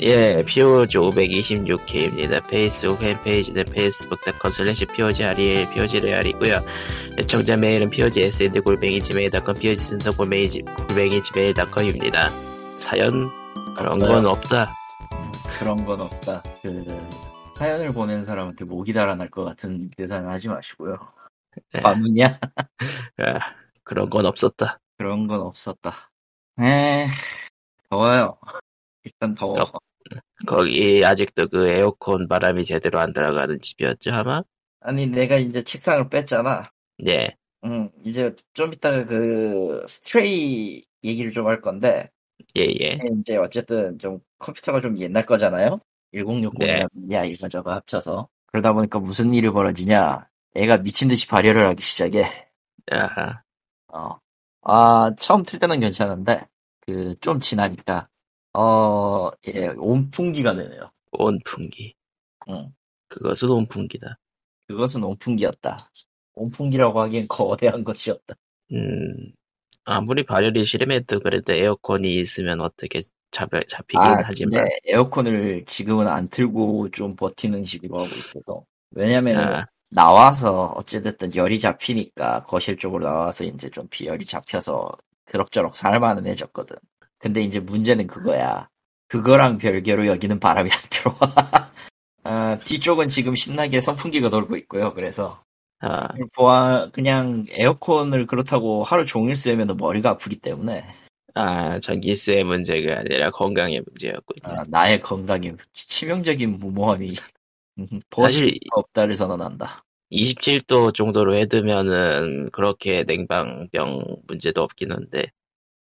예, POG 526회입니다. 페이스북 홈페이지는 facebook.com slash POG REL, POG REL이고요. 청자 메일은 POG SND 골뱅이 지메일.com, POG 센터 골뱅이, 지- 골뱅이 지메일.com입니다. 사연? 그런 건 없어요. 없다. 그런 건 없다. 그 사연을 보낸 사람한테 목이 달아날 것 같은 계산은 하지 마시고요. 네. 맞느냐? 아, 그런 건 없었다. 그런 건 없었다. 에 더워요. 일단 더워. 덥- 거기 아직도 그 에어컨 바람이 제대로 안 들어가는 집이었죠, 아마? 아니 내가 이제 책상을 뺐잖아. 예, 음 이제 좀 이따가 그 스트레이 얘기를 좀 할 건데 예, 예. 이제 어쨌든 좀 컴퓨터가 좀 옛날 거잖아요. 1060이랑 야 이거저거 합쳐서 그러다 보니까 무슨 일이 벌어지냐? 애가 미친 듯이 발열을 하기 시작해. 아하. 어. 아, 처음 틀 때는 괜찮은데, 그, 좀 지나니까, 어, 예, 온풍기가 되네요. 온풍기. 응. 그것은 온풍기다. 그것은 온풍기였다. 온풍기라고 하기엔 거대한 것이었다. 음, 아무리 발열이 심해도 그래도 에어컨이 있으면 어떻게 잡, 잡히긴 아, 하지만, 근데 에어컨을 지금은 안 틀고 좀 버티는 식으로 하고 있어서. 왜냐면, 아, 나와서, 어찌됐든 열이 잡히니까, 거실 쪽으로 나와서 이제 좀 비열이 잡혀서, 그럭저럭 살만해졌거든. 근데 이제 문제는 그거야. 그거랑 별개로 여기는 바람이 안 들어와. 아, 뒤쪽은 지금 신나게 선풍기가 돌고 있고요. 그래서 아, 보아 그냥 에어컨을 그렇다고 하루 종일 쓰면 머리가 아프기 때문에 아, 전기세 문제가 아니라 건강의 문제였군요. 아, 나의 건강에 치명적인 무모함이 사실 버틸 없다를 선언한다. 27도 정도로 해두면은 그렇게 냉방병 문제도 없긴 한데,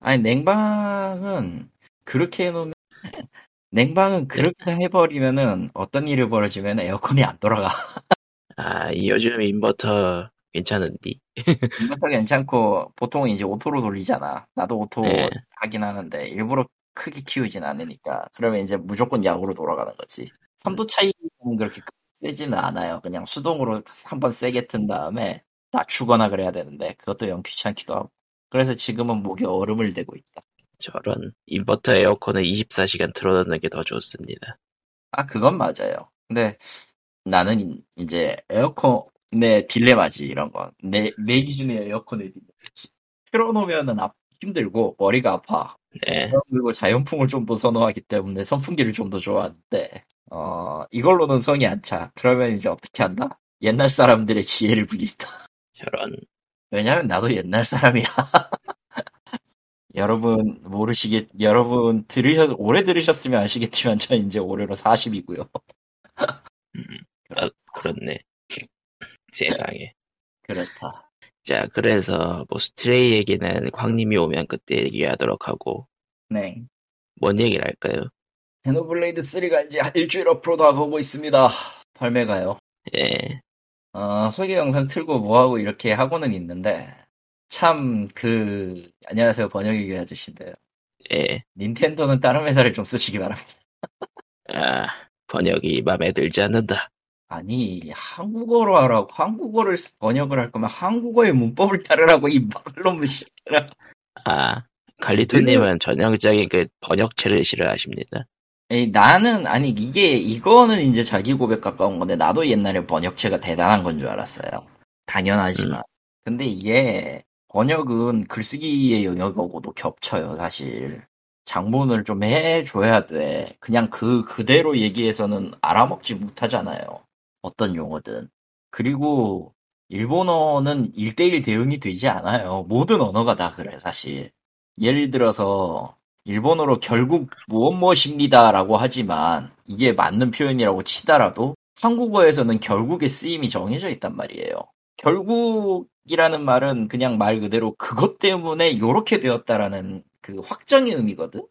아니 냉방은 그렇게 해놓으면 냉방은 그렇게 해버리면은 어떤 일이 벌어지면 에어컨이 안 돌아가. 아, 이 요즘 인버터 괜찮은디? 인버터 괜찮고 보통은 이제 오토로 돌리잖아. 나도 오토 예. 하긴 하는데 일부러 크게 키우진 않으니까. 그러면 이제 무조건 야구로 돌아가는 거지. 선두 차이는 그렇게 세지는 않아요. 그냥 수동으로 한번 세게 튼 다음에 낮추거나 그래야 되는데 그것도 영 귀찮기도 하고. 그래서 지금은 목에 얼음을 대고 있다. 저런, 인버터 에어컨을 24시간 틀어놓는 게 더 좋습니다. 아, 그건 맞아요. 근데 나는 인- 이제 에어컨의 딜레마지, 이런 건. 내, 내 기준의 에어컨의 딜레마지. 틀어놓으면은 아- 힘들고, 머리가 아파. 네, 그리고 자연풍을 좀 더 선호하기 때문에 선풍기를 좀 더 좋아하는데, 어, 이걸로는 성이 안 차. 그러면 이제 어떻게 한다? 옛날 사람들의 지혜를 빌린다. 저런, 왜냐면 나도 옛날 사람이라. 여러분, 모르시겠, 여러분, 들으셨, 오래 들으셨으면 아시겠지만, 저 이제 올해로 40이고요. 아, 그렇네. 세상에. 그렇다. 자, 그래서 뭐 스트레이 얘기는 광님이 오면 그때 얘기하도록 하고 네. 뭔 뭔 얘기를 할까요? 제노블레이드 3가 이제 일주일 앞으로 다가오고 있습니다. 발매가요. 예, 어, 소개 영상 틀고 뭐하고 이렇게 하고는 있는데, 참, 그, 안녕하세요. 번역이기 아저씨인데요. 예, 닌텐도는 다른 회사를 좀 쓰시기 바랍니다. 아 번역이 마음에 들지 않는다. 아니, 한국어로 하라고, 한국어를 쓰- 번역을 할 거면 한국어의 문법을 따르라고, 이 말로 무시해라. 아 갈리토님은 전형적인 그 번역체를 싫어하십니다. 에이, 나는, 아니, 이게, 이거는 이제 자기 고백 가까운 건데, 나도 옛날에 번역체가 대단한 건 줄 알았어요. 당연하지만. 근데 이게, 번역은 글쓰기의 영역하고도 겹쳐요, 사실. 장문을 좀 해줘야 돼. 그냥 그, 그대로 얘기해서는 알아먹지 못하잖아요. 어떤 용어든. 그리고, 일본어는 1대1 대응이 되지 않아요. 모든 언어가 다 그래, 사실. 예를 들어서, 일본어로 결국 무엇 무엇입니다라고 하지만 이게 맞는 표현이라고 치더라도 한국어에서는 결국의 쓰임이 정해져 있단 말이에요. 결국이라는 말은 그냥 말 그대로 그것 때문에 요렇게 되었다라는 그 확정의 의미거든.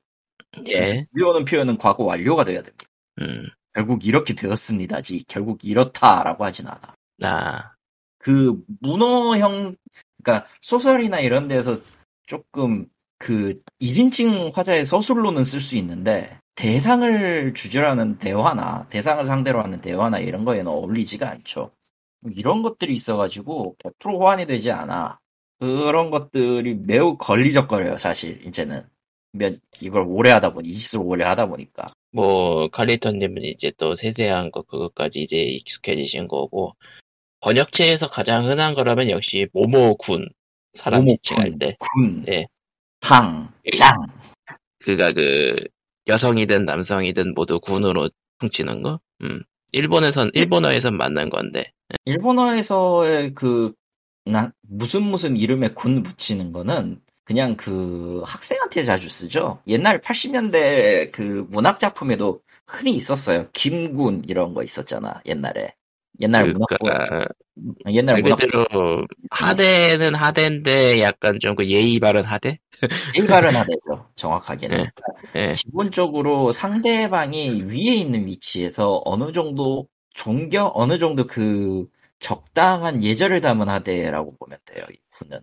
그래서 예, 이오는 표현은 과거 완료가 돼야 됩니다. 음, 결국 이렇게 되었습니다지 결국 이렇다라고 하진 않아. 아, 그 문어형 그러니까 소설이나 이런 데서 조금 그 1인칭 화자의 서술로는 쓸 수 있는데 대상을 주제라는 대화나 대상을 상대로 하는 대화나 이런 거에는 어울리지가 않죠. 이런 것들이 있어가지고 100% 호환이 되지 않아. 그런 것들이 매우 걸리적거려요, 사실, 이제는. 몇 이걸 오래 하다 보니 이짓을 오래 하다 보니까 뭐 칼리턴님은 이제 또 세세한 것 그것까지 이제 익숙해지신 거고 번역체에서 가장 흔한 거라면 역시 모모군 사람 지칭할 때 군, 예. 탕, 짱 그가 그 여성이든 남성이든 모두 군으로 퉁치는 거. 음. 일본에선 네. 일본어에선 맞는 건데 일본어에서의 그, 나, 무슨 무슨 이름에 군 붙이는 거는 그냥 그 학생한테 자주 쓰죠. 옛날 80년대 그 문학작품에도 흔히 있었어요. 김군 이런 거 있었잖아, 옛날에. 옛날 네, 문학과, 그가 아, 옛날 말 문학, 그대로 하대는 하대인데 약간 좀 그 예의 바른 하대. 일발은 하대죠, 정확하게는. 네. 예. 기본적으로 상대방이 위에 있는 위치에서 어느 정도 존경, 어느 정도 그 적당한 예절을 담은 하대라고 보면 돼요, 이 군은.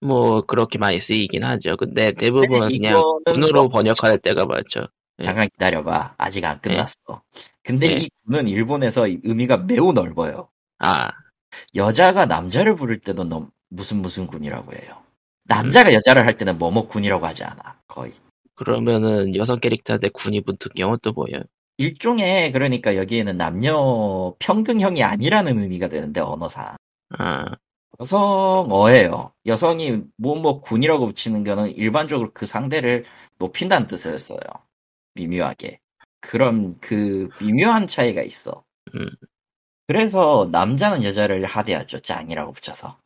뭐 그렇게 많이 쓰이긴 하죠. 근데 대부분 근데 그냥 네, 이거는 군으로 써- 번역할 때가 많죠. 네. 잠깐 기다려봐. 아직 안 끝났어. 근데 네. 이 군은 일본에서 이 의미가 매우 넓어요. 아, 여자가 남자를 부를 때도 넘- 무슨 무슨 군이라고 해요. 남자가 여자를 할 때는 뭐뭐 군이라고 하지 않아. 거의. 그러면은 여성 캐릭터한테 군이 붙은 경우 또 뭐예요? 일종의 그러니까 여기에는 남녀 평등형이 아니라는 의미가 되는데 언어상. 아, 여성어예요. 여성이 뭐뭐 군이라고 붙이는 거는 일반적으로 그 상대를 높인다는 뜻이었어요. 미묘하게. 그럼 그 미묘한 차이가 있어. 음. 그래서 남자는 여자를 하대하죠. 짱이라고 붙여서.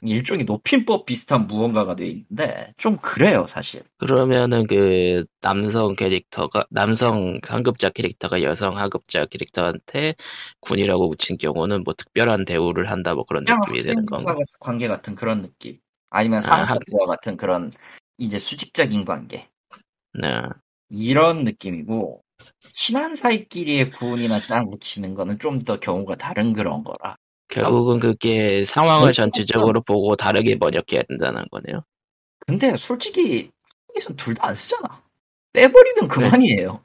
일종의 높임법 비슷한 무언가가 돼 있는데 좀 그래요 사실. 그러면은 그 남성 캐릭터가 남성 상급자 캐릭터가 여성 하급자 캐릭터한테 군이라고 붙인 경우는 뭐 특별한 대우를 한다 뭐 그런 그냥 느낌이 되는 건가? 학생과의 관계 같은 그런 느낌. 아니면 아, 상사와 같은 그런 이제 수직적인 관계. 네. 이런 느낌이고 친한 사이끼리의 구운이나 짱 붙이는 거는 좀 더 경우가 다른 그런 거라 결국은 그게 상황을 음. 전체적으로 보고 다르게 번역해야 된다는 거네요. 근데 솔직히 한국에선 둘 다 안 쓰잖아 빼버리면 그만이에요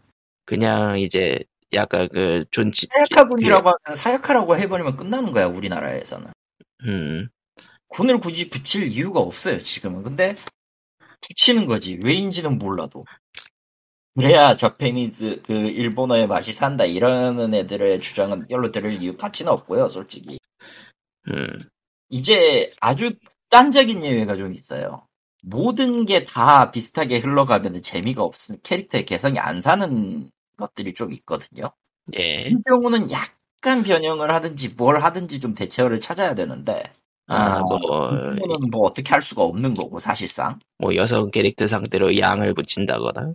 그냥 이제 약간 그 존치 사약화군이라고 하면 사약화라고 해버리면 끝나는 거야 우리나라에서는 음. 군을 굳이 붙일 이유가 없어요 지금은 근데 붙이는 거지 왜인지는 몰라도 그래야 저페니즈 그 일본어의 맛이 산다 이러는 애들의 주장은 별로 들을 이유 가치는 없고요 솔직히 음. 이제 아주 딴적인 예외가 좀 있어요. 모든 게 다 비슷하게 흘러가면 재미가 없으니 캐릭터의 개성이 안 사는 것들이 좀 있거든요. 예. 이 경우는 약간 변형을 하든지 뭘 하든지 좀 대체어를 찾아야 되는데 아, 아, 뭐, 이거는 뭐 어떻게 할 수가 없는 거고 사실상 뭐 여성 캐릭터 상대로 양을 붙인다거나.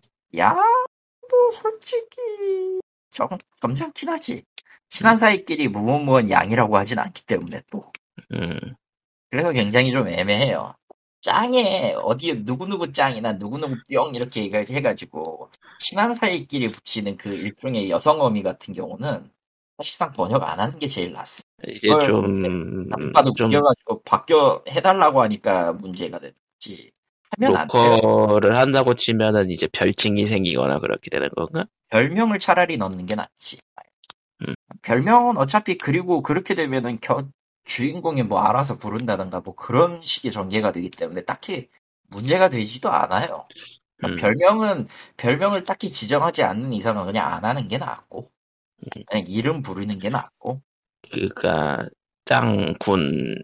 양도 솔직히 점, 점잖긴 하지. 친한 사이끼리 무언무언 양이라고 하진 않기 때문에 또 음. 그래서 굉장히 좀 애매해요. 짱에 어디에 누구누구 짱이나 누구누구 뿅 이렇게 얘기를 해가지고 친한 사이끼리 붙이는 그 일종의 여성 어미 같은 경우는 사실상 번역 안 하는 게 제일 낫어. 이제 그걸 좀, 아빠도 음, 좀 웃겨가지고 바뀌어 해달라고 하니까 문제가 됐지. 하면 안 돼요. 로컬을 한다고 치면은 이제 별칭이 생기거나 그렇게 되는 건가? 별명을 차라리 넣는 게 낫지. 음. 별명은 어차피 그리고 그렇게 되면은 겨- 주인공이 뭐 알아서 부른다든가 뭐 그런 식의 전개가 되기 때문에 딱히 문제가 되지도 않아요. 음, 그러니까 별명은 별명을 딱히 지정하지 않는 이상은 그냥 안 하는 게 낫고 그냥 이름 부르는 게 낫고 그니까, 짱, 군,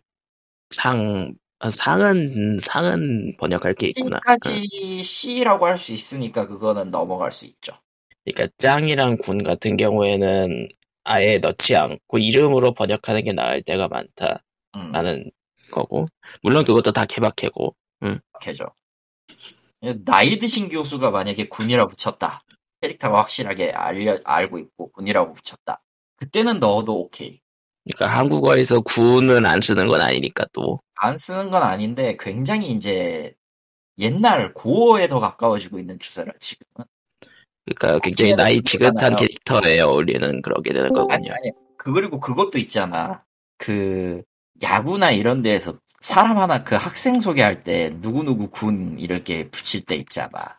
상, 아, 상은, 상은 번역할 게 있구나. 어, 응. C까지 C라고 할 수 있으니까 그거는 넘어갈 수 있죠. 그니까, 그러니까 짱이랑 군 같은 경우에는 아예 넣지 않고 이름으로 번역하는 게 나을 때가 많다라는 음, 거고. 물론 그것도 다 케바케고. 그렇게죠. 나이 드신 교수가 만약에 군이라 붙였다. 캐릭터가 확실하게 알려, 알고 있고 군이라고 붙였다. 그때는 넣어도 오케이. 그니까, 그러니까 한국어에서 군은 안 쓰는 건 아니니까 또. 안 쓰는 건 아닌데 굉장히 이제 옛날 고어에 더 가까워지고 있는 추세라 지금은. 그니까, 그러니까 굉장히 아니면은 나이 지긋한 그거잖아요. 캐릭터에 어울리는 그렇게 되는 아니, 거군요. 아니. 그, 그리고 그것도 있잖아. 그, 야구나 이런 데에서 사람 하나 그 학생 소개할 때 누구누구 군 이렇게 붙일 때 있잖아.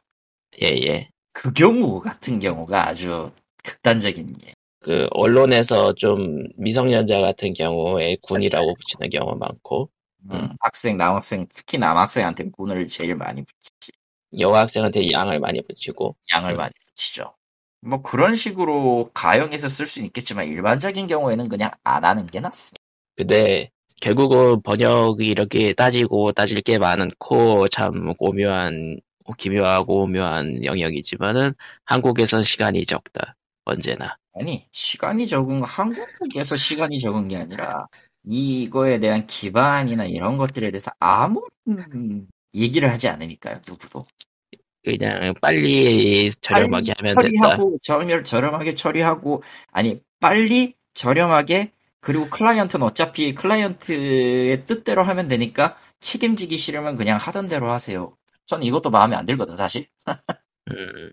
예, 예. 그 경우 같은 경우가 아주 극단적인 예. 그 언론에서 좀 미성년자 같은 경우에 군이라고 붙이는 경우가 많고 뭐 음, 학생, 남학생, 특히 남학생한테 군을 제일 많이 붙이지. 여학생한테 양을 많이 붙이고 양을 음. 많이 붙이죠. 뭐 그런 식으로 가형에서 쓸 수는 있겠지만 일반적인 경우에는 그냥 안 하는 게 낫습니다. 근데 결국은 번역이 이렇게 따지고 따질 게 많고 참 오묘한 기묘하고 오묘한 영역이지만은 한국에선 시간이 적다 언제나 아니 시간이 적은 거 한국에서 시간이 적은 게 아니라 이거에 대한 기반이나 이런 것들에 대해서 아무 런 얘기를 하지 않으니까요 누구도 그냥 빨리 저렴하게 빨리 하면 됐다 처리하고 저렴, 저렴하게 처리하고 아니 빨리 저렴하게 그리고 클라이언트는 어차피 클라이언트의 뜻대로 하면 되니까 책임지기 싫으면 그냥 하던 대로 하세요 저는 이것도 마음에 안 들거든 사실 음.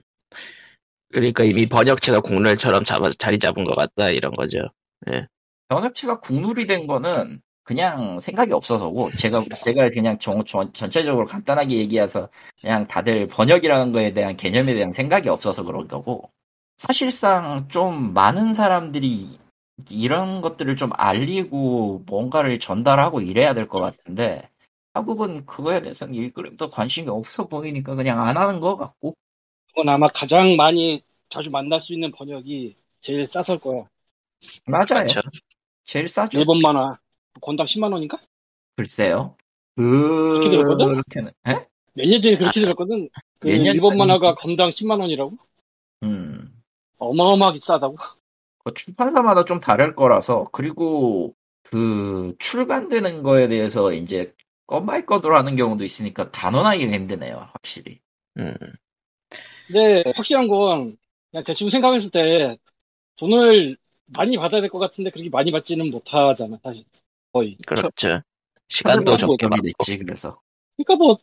그러니까 이미 번역체가 국룰처럼 잡아, 자리 잡은 것 같다 이런 거죠 변혁체가 국룰이 된 거는 그냥 생각이 없어서고 제가 제가 그냥 정- 전, 전체적으로 간단하게 얘기해서 그냥 다들 번역이라는 거에 대한 개념에 대한 생각이 없어서 그런 거고 사실상 좀 많은 사람들이 이런 것들을 좀 알리고 뭔가를 전달하고 이래야 될 것 같은데 한국은 그거에 대해서는 일그림도 관심이 없어 보이니까 그냥 안 하는 것 같고 그건 아마 가장 많이 자주 만날 수 있는 번역이 제일 싸설 거야. 맞아요 그렇죠 제일 싸죠 일본 만화 권당 10만 원인가? 글쎄요 들었거든? 그렇게는 에? 몇 년 전에 그렇게 들었거든. 그 몇년 일본 전이지? 만화가 건당 10만 원이라고? 음 어마어마하게 싸다고. 그 출판사마다 좀 다를 거라서 그리고 그 출간되는 거에 대해서 이제 건 바이 건으로 하는 경우도 있으니까 단언하기는 힘드네요 확실히 음. 근데 확실한 건 그냥 대충 생각했을 때 돈을 많이 받아야 될 것 같은데 그렇게 많이 받지는 못하잖아 사실. 거의. 그렇죠 시간도 찾아보고 적게 받고 됐지 그래서 그러니까 뭐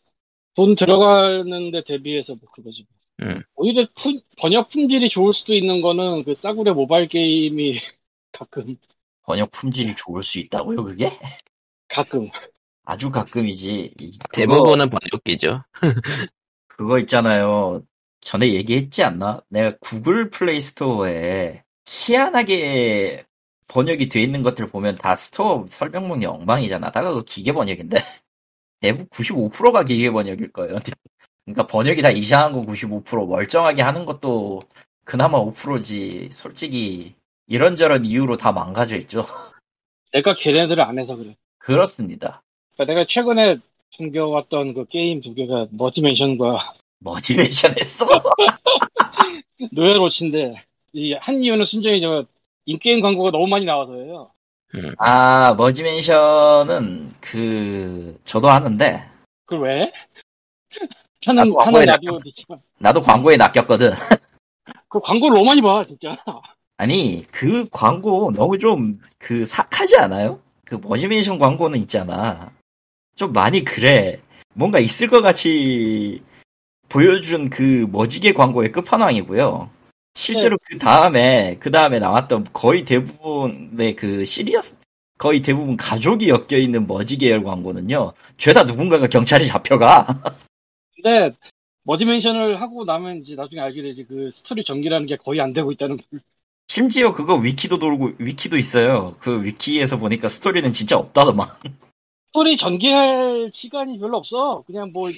돈 들어가는데 대비해서 뭐 그거지. 음. 오히려 품- 번역 품질이 좋을 수도 있는 거는 그 싸구려 모바일 게임이 가끔 번역 품질이 좋을 수 있다고요 그게 가끔 아주 가끔이지 이- 그거- 대부분은 번역기죠 그거 있잖아요. 전에 얘기했지 않나? 내가 구글 플레이 스토어에 희한하게 번역이 돼 있는 것들 보면 다 스토어 설명문이 엉망이잖아. 다가 그 기계 번역인데. 대부분 95%가 기계 번역일 거예요. 그러니까 번역이 다 이상한 건 95% 멀쩡하게 하는 것도 그나마 5%지. 솔직히 이런저런 이유로 다 망가져 있죠. 내가 걔네들을 안 해서 그래. 그렇습니다. 그러니까 내가 최근에 챙겨왔던 그 게임 두 개가 머지맨션과 머지메이션 했어? 노예로치인데 이 한 이유는 순전히 저 인게임 광고가 너무 많이 나와서예요. 아, 머지맨션은 그 저도 하는데 그걸 왜? 하는 나도 하는 광고에 라디오 듣지만 나도 광고에 낚였거든. 그 광고를 너무 많이 봐 진짜. 아니, 그 광고 너무 좀, 그, 삭하지 않아요? 그, 머지메이션 광고는 있잖아. 좀 많이 그래. 뭔가 있을 것 같이 보여준 그 머지게 광고의 끝판왕이고요. 실제로 그 다음에, 그 다음에 나왔던 거의 대부분의 그 시리어스, 거의 대부분 가족이 엮여있는 머지계열 광고는요, 죄다 누군가가 경찰에 잡혀가. 근데 머지맨션을 하고 나면 이제 나중에 알게 되지 그 스토리 전개라는 게 거의 안 되고 있다는 걸. 심지어 그거 위키도 돌고, 위키도 있어요. 그 위키에서 보니까 스토리는 진짜 없다더만. 스토리 전개할 시간이 별로 없어. 그냥 뭐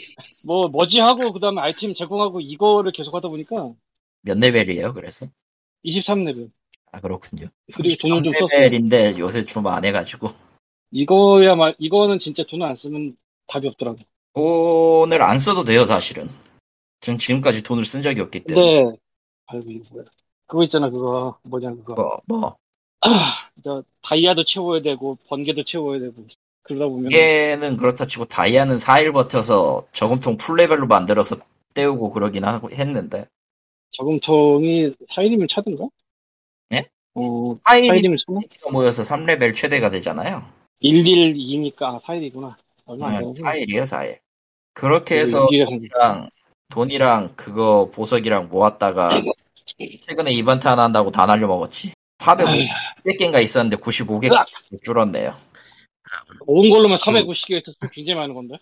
뭐 머지하고 그다음에 아이템 제공하고 이거를 계속 하다 보니까 몇 레벨이에요, 그래서? 23레벨. 아, 그렇군요. 그리고 돈을 좀 33 썼어요. 레벨인데 요새 좀 안 해가지고. 이거야말 이거는 진짜 돈 안 쓰면 답이 없더라고. 돈을 안 써도 돼요, 사실은. 전 지금까지 돈을 쓴 적이 없기 때문에. 근데 아이고 이거 뭐야? 그거 있잖아 그거 뭐냐 그거 뭐, 뭐. 저 다이아도 채워야 되고 번개도 채워야 되고 그러다 보면 예. 얘는 그렇다 치고 다이아는 4일 버텨서 저금통 풀레벨로 만들어서 때우고 그러긴 하고 했는데. 저금통이 사인이면 차든가? 예? 어 4일이 사인이면 차나? 모여서 3레벨 최대가 되잖아요. 112니까 아, 사인이구나. 얼마 안 되고 4일이에요, 4일. 아, 그렇게 해서 그 일기가 돈이랑, 돈이랑 그거 보석이랑 모았다가 최근에 이벤트 하나 한다고 다 날려먹었지. 400개인가 있었는데 95개 으악! 줄었네요. 모은 걸로만 450개 있어서 굉장히 많은 건데.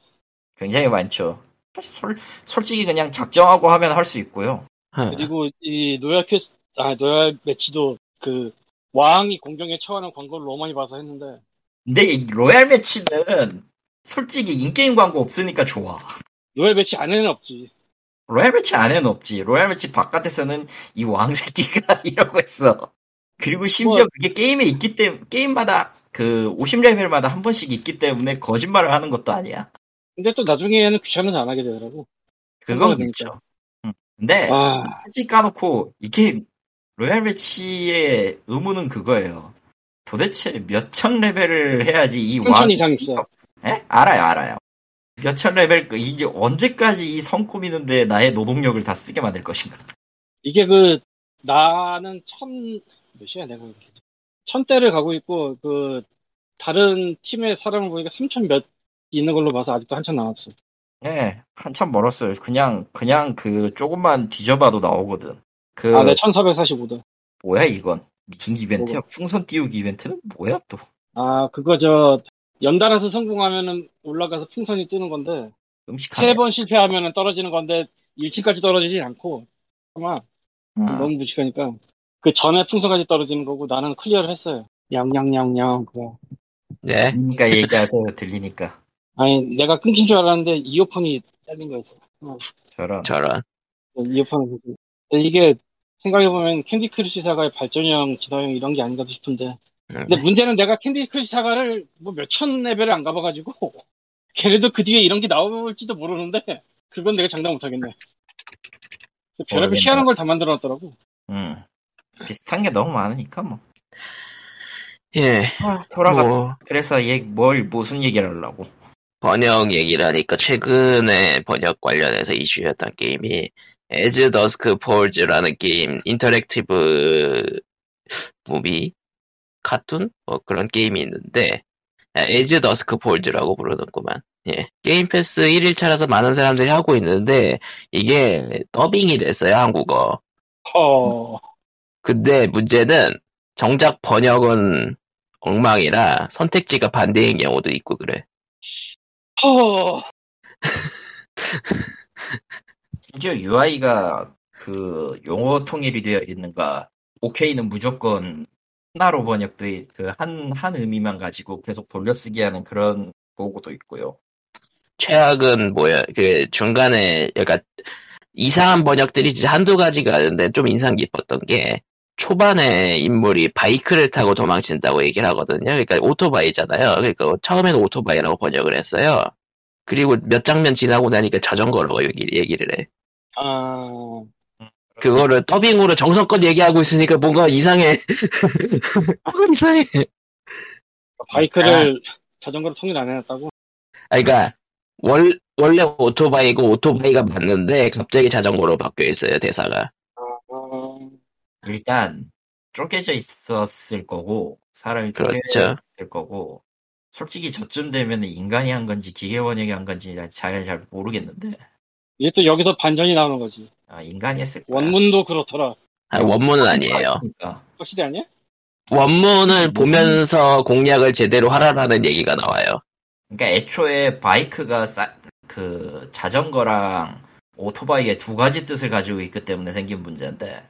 굉장히 많죠. 사실 솔, 솔직히 그냥 작정하고 하면 할 수 있고요. 하, 그리고 이 노야 퀘스트 아 노야 매치도 그 왕이 공경에 처하는 광고를 너무 많이 봐서 했는데 근데 이 로얄 매치는 솔직히 인게임 광고 없으니까 좋아. 노야 매치 안에는 없지. 로얄 매치 안에는 없지. 로얄 매치 바깥에서는 이 왕새끼가 이러고 있어. 그리고 심지어 뭐. 그게 게임에 있기 때문에, 게임마다 그 50레벨마다 한 번씩 있기 때문에 거짓말을 하는 것도 아니야. 근데 또 나중에는 귀찮아서 안 하게 되더라고. 그건 그러니까. 그렇죠. 응. 근데 아, 솔직히 까놓고 이 게임 로얄 매치의 의무는 그거예요. 도대체 몇 천 레벨을 해야지 이 왕. 3천 이상 있어. 예? 알아요, 알아요. 몇 천 레벨 그 이제 언제까지 이 성 꾸미는데 나의 노동력을 다 쓰게 만들 것인가? 이게 그, 나는 천, 몇 시야 내가 이렇게. 천 대를 가고 있고, 그, 다른 팀의 사람을 보니까 3천 몇 있는 걸로 봐서 아직도 한참 남았어. 예, 한참 멀었어요. 그냥 그냥 그 조금만 뒤져봐도 나오거든. 그 아, 내 1445다. 뭐야 이건 무슨 이벤트야? 뭐가? 풍선 띄우기 이벤트는 뭐야 또? 아, 그거 저, 연달아서 성공하면은 올라가서 풍선이 뜨는 건데, 아, 음식하네. 세 번 실패하면 떨어지는 건데 1층까지 떨어지진 않고 아마 아, 너무 무식하니까 그 전에 풍선까지 떨어지는 거고 나는 클리어를 했어요. 냥냥냥냥 그거. 네. 그러니까 얘기하세요. 들리니까 아니 내가 끊긴 줄 알았는데 이어폰이 잘린 거였어. 저런. 저런. 이어폰을 끊긴. 근데 이게 생각해보면 캔디 크루시 사가의 발전형, 진화형 이런 게 아닌가 싶은데 음. 네. 근데 문제는 내가 캔디 크루시 사가를 뭐 몇천 레벨을 안 가봐가지고 걔네도 그 뒤에 이런 게 나올지도 모르는데 그건 내가 장담 못하겠네. 별의별 모르겠네. 희한한 걸 다 만들어놨더라고. 음. 비슷한 게 너무 많으니까 뭐. 예. 아, 돌아가. 뭐, 그래서 얘 뭘 무슨 얘기를 하려고? 번역 얘기를 하니까 최근에 번역 관련해서 이슈였던 게임이 에즈 더스크 폴즈라는 게임 인터랙티브 무비 카툰 뭐 그런 게임이 있는데 아, 에즈 더스크 폴즈라고 부르는구만. 예. 게임 패스 1일차라서 많은 사람들이 하고 있는데 이게 더빙이 됐어요 한국어. 어, 근데 문제는 정작 번역은 엉망이라 선택지가 반대인 경우도 있고 그래. 어, 심지어 UI가 그 용어 통일이 되어 있는가? 오케이는 무조건 하나로 번역돼 그한한 의미만 가지고 계속 돌려쓰기 하는 그런 보고도 있고요. 최악은 뭐야? 그 중간에 약간 이상한 번역들이 진짜 한두 가지가 아닌데 좀 인상 깊었던 게 초반에 인물이 바이크를 타고 도망친다고 얘기를 하거든요. 그러니까 오토바이잖아요. 그러니까 처음에는 오토바이라고 번역을 했어요. 그리고 몇 장면 지나고 나니까 자전거라고 얘기- 얘기를 해. 아, 그거를 더빙으로 정성껏 얘기하고 있으니까 뭔가 이상해. 뭔가 이상해. 바이크를 아. 자전거로 통일 안 해놨다고? 아, 그러니까 월, 원래 오토바이고 오토바이가 맞는데 갑자기 자전거로 바뀌어 있어요 대사가. 아, 일단 쪼개져 있었을 거고 사람이 쪼개져 그렇죠. 있을 거고 솔직히 저쯤 되면 인간이 한 건지 기계 번역이 한 건지 잘, 잘 모르겠는데 이제 또 여기서 반전이 나오는 거지. 아, 인간이 했을 거야. 원문도 그렇더라. 아, 원문은 아니에요. 그러니까. 확실히 아니야? 원문을 보면서 공략을 제대로 하라라는 얘기가 나와요. 그러니까 애초에 바이크가 싸- 그 자전거랑 오토바이의 두 가지 뜻을 가지고 있기 때문에 생긴 문제인데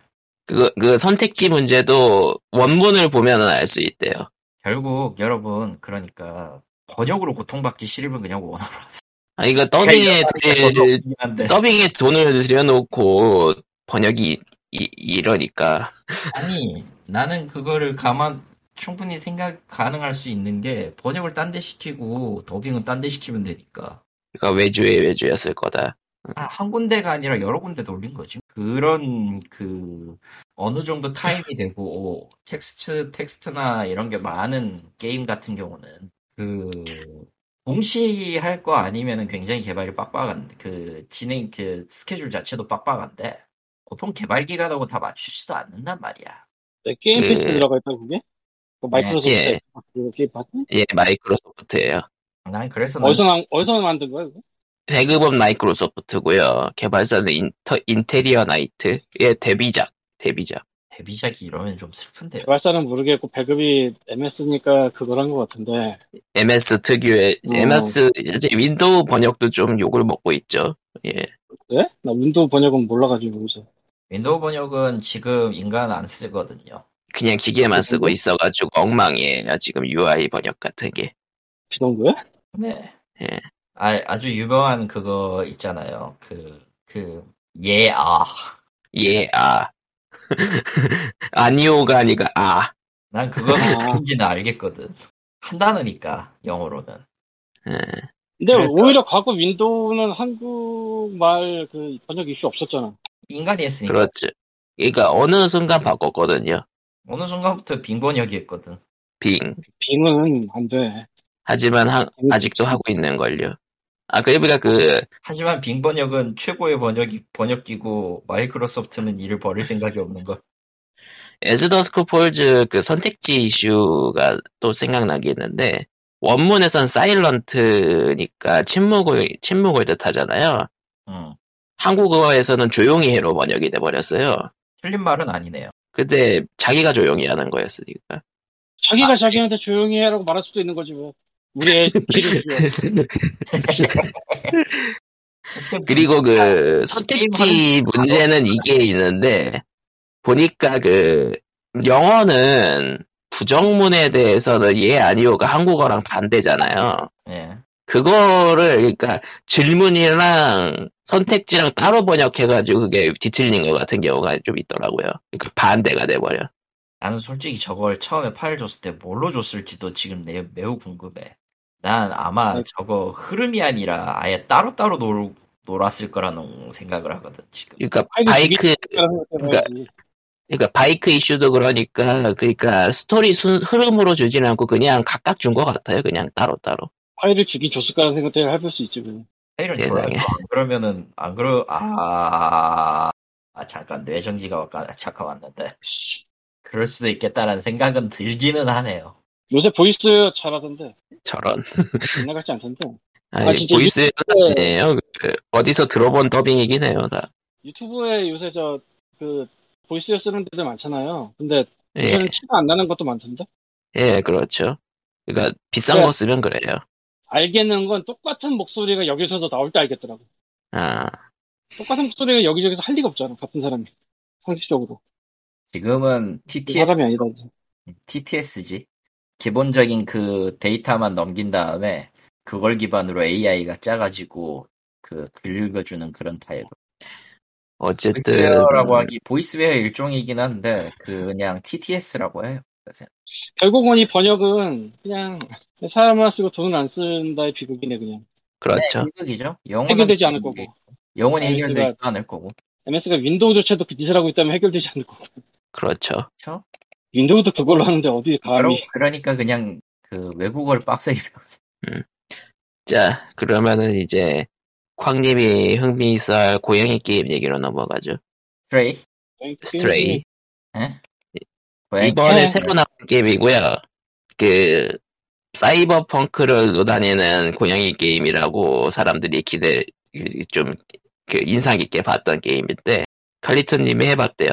그, 그 선택지 문제도 원문을 보면은 알 수 있대요. 결국 여러분 그러니까 번역으로 고통받기 싫으면 그냥 원어로 하세요. 아, 이거 더빙에 들- 네, 저도 한데 더빙에 돈을 들여놓고 번역이 이- 이러니까. 아니 나는 그거를 가만 충분히 생각 가능할 수 있는 게 번역을 딴 데 시키고 더빙은 딴 데 시키면 되니까 그러니까 외주의 외주였을 거다. 아, 한 군데가 아니라 여러 군데 돌린 거지. 그런 그 어느 정도 타입이 되고 오, 텍스트 텍스트나 이런 게 많은 게임 같은 경우는 그 동시에 할 거 아니면은 굉장히 개발이 빡빡한데 그 진행 그 스케줄 자체도 빡빡한데 보통 개발 기간하고 다 맞추지도 않는단 말이야. 내 네, 게임 그- 패스 들어가 있다, 그게? 그 마이크로소프트 예. 아, 그거 게임 봤지? 예, 마이크로소프트예요. 난 그래서 난 어디서, 나- 어디서 만든 거야, 그거? 배급은 마이크로소프트고요. 개발사는 인터, 인테리어 나이트의 데뷔작. 데뷔작. 데뷔작이 이러면 좀 슬픈데요. 개발사는 모르겠고, 배급이 MS니까 그걸 한 것 같은데. MS 특유의 음. MS 이제 윈도우 번역도 좀 욕을 먹고 있죠. 예. 예? 나 윈도우 번역은 몰라가지고, 그래서. 윈도우 번역은 지금 인간 안 쓰거든요. 그냥 기계만 쓰고 있어가지고 엉망이에요. 지금 UI 번역 같은 게. 그런 거야? 네. 예. 아, 아주 유명한 그거 있잖아요. 그, 그, 예, 아. 예, 아. 아니오가 아니가, 아. 난 그걸 어. 아. 뭔지는 알겠거든. 한 단어니까, 영어로는. 예. 근데 그래서- 오히려 과거 윈도우는 한국말 그 번역 이슈 없었잖아. 인간이 했으니까. 그렇죠. 그러니까 어느 순간 바꿨거든요. 어느 순간부터 빈곤역이 했거든. 빙. 빙은 안 돼. 하지만 하- 아직도 하고 있는 걸요. 아, 그러니까 그 하지만 빙번역은 최고의 번역이, 번역기고, 마이크로소프트는 이를 버릴 생각이 없는 걸. 에즈더스크 폴즈 그 선택지 이슈가 또 생각나겠는데 원문에선 사일런트니까 침묵을 침묵을 뜻하잖아요. 음. 한국어에서는 조용히 해로 번역이 돼 버렸어요. 틀린 말은 아니네요. 근데 자기가 조용히 하는 거였으니까. 자기가 아. 자기한테 조용히 해라고 말할 수도 있는 거지 뭐. 우리의 길을 줘. 그 그리고 그 선택지 문제는 이게 있는데 보니까 그 영어는 부정문에 대해서는 예 아니오가 한국어랑 반대잖아요. 예. 그거를 그러니까 질문이랑 선택지랑 따로 번역해가지고 그게 뒤틀린 것 같은 경우가 좀 있더라고요. 그러니까 반대가 돼버려. 나는 솔직히 저걸 처음에 파일 줬을 때 뭘로 줬을지도 지금 내, 매우 궁금해. 난 아마 네. 저거 흐름이 아니라 아예 따로따로 놀, 놀았을 거라는 생각을 하거든, 지금. 그러니까 아이고, 바이크 그러니까 그러니까 바이크 이슈도 그러니까 그러니까 스토리 순, 흐름으로 주진 않고 그냥 각각 준 것 같아요. 그냥 따로 따로. 파일을 주긴 줬을 까라는 생각 때문에 해볼 수 있지 그냥. 파일을 세상에. 줘야죠. 안 그러면은, 안 그러, 아, 아, 잠깐, 뇌정지가 왔까, 잠깐 왔는데. 그럴 수도 있겠다라는 생각은 들기는 하네요. 요새 보이스 잘하던데 저런. 옛날 같지 않던데 아니, 아, 진짜 보이스예요. 그, 어디서 들어본 더빙이긴 해요. 다. 유튜브에 요새 저 그 보이스 쓰는 데들 많잖아요. 근데 예, 요새는 티가 안 나는 것도 많던데 예, 그렇죠. 그러니까 비싼 네. 거 쓰면 그래요. 알겠는 건 똑같은 목소리가 여기서도 나올 때 알겠더라고. 아, 똑같은 목소리가 여기저기서 할 리가 없잖아 같은 사람이 상식적으로 지금은 그 TTS, 사람이 아니다. TTSG. 기본적인 그 데이터만 넘긴 다음에, 그걸 기반으로 AI가 짜가지고, 그, 읽어주는 그런 타입. 어쨌든 보이스웨어라고 하기, 보이스웨어 일종이긴 한데, 그냥 TTS라고 해요. 결국은 이 번역은 그냥 사람만 쓰고 돈을 안 쓴다의 비극이네 그냥. 그렇죠. 비극이죠. 영어는 해결되지 않을 거고 영원히 아니, 그러니까 해결되지 않을 거고. MS가 윈도우조차도 그 짓을 하고 있다면 해결되지 않을 거고 그렇죠. 그렇죠? 윈도우도 그걸로 하는데 어디 여러분, 감히 그러니까 그냥 그 외국어를 빡세게 배우세요. 자, 그러면은 이제 광님이 흥미있어할 고양이 게임 얘기로 넘어가죠. 스트레이. 스트레이. 예? 고양이 이번에 음, 네. 새로 나온 게임이고요. 그 사이버 펑크를 노다니는 고양이 게임이라고 사람들이 기대 좀 그 인상 깊게 봤던 게임인데 칼리토님이 해봤대요.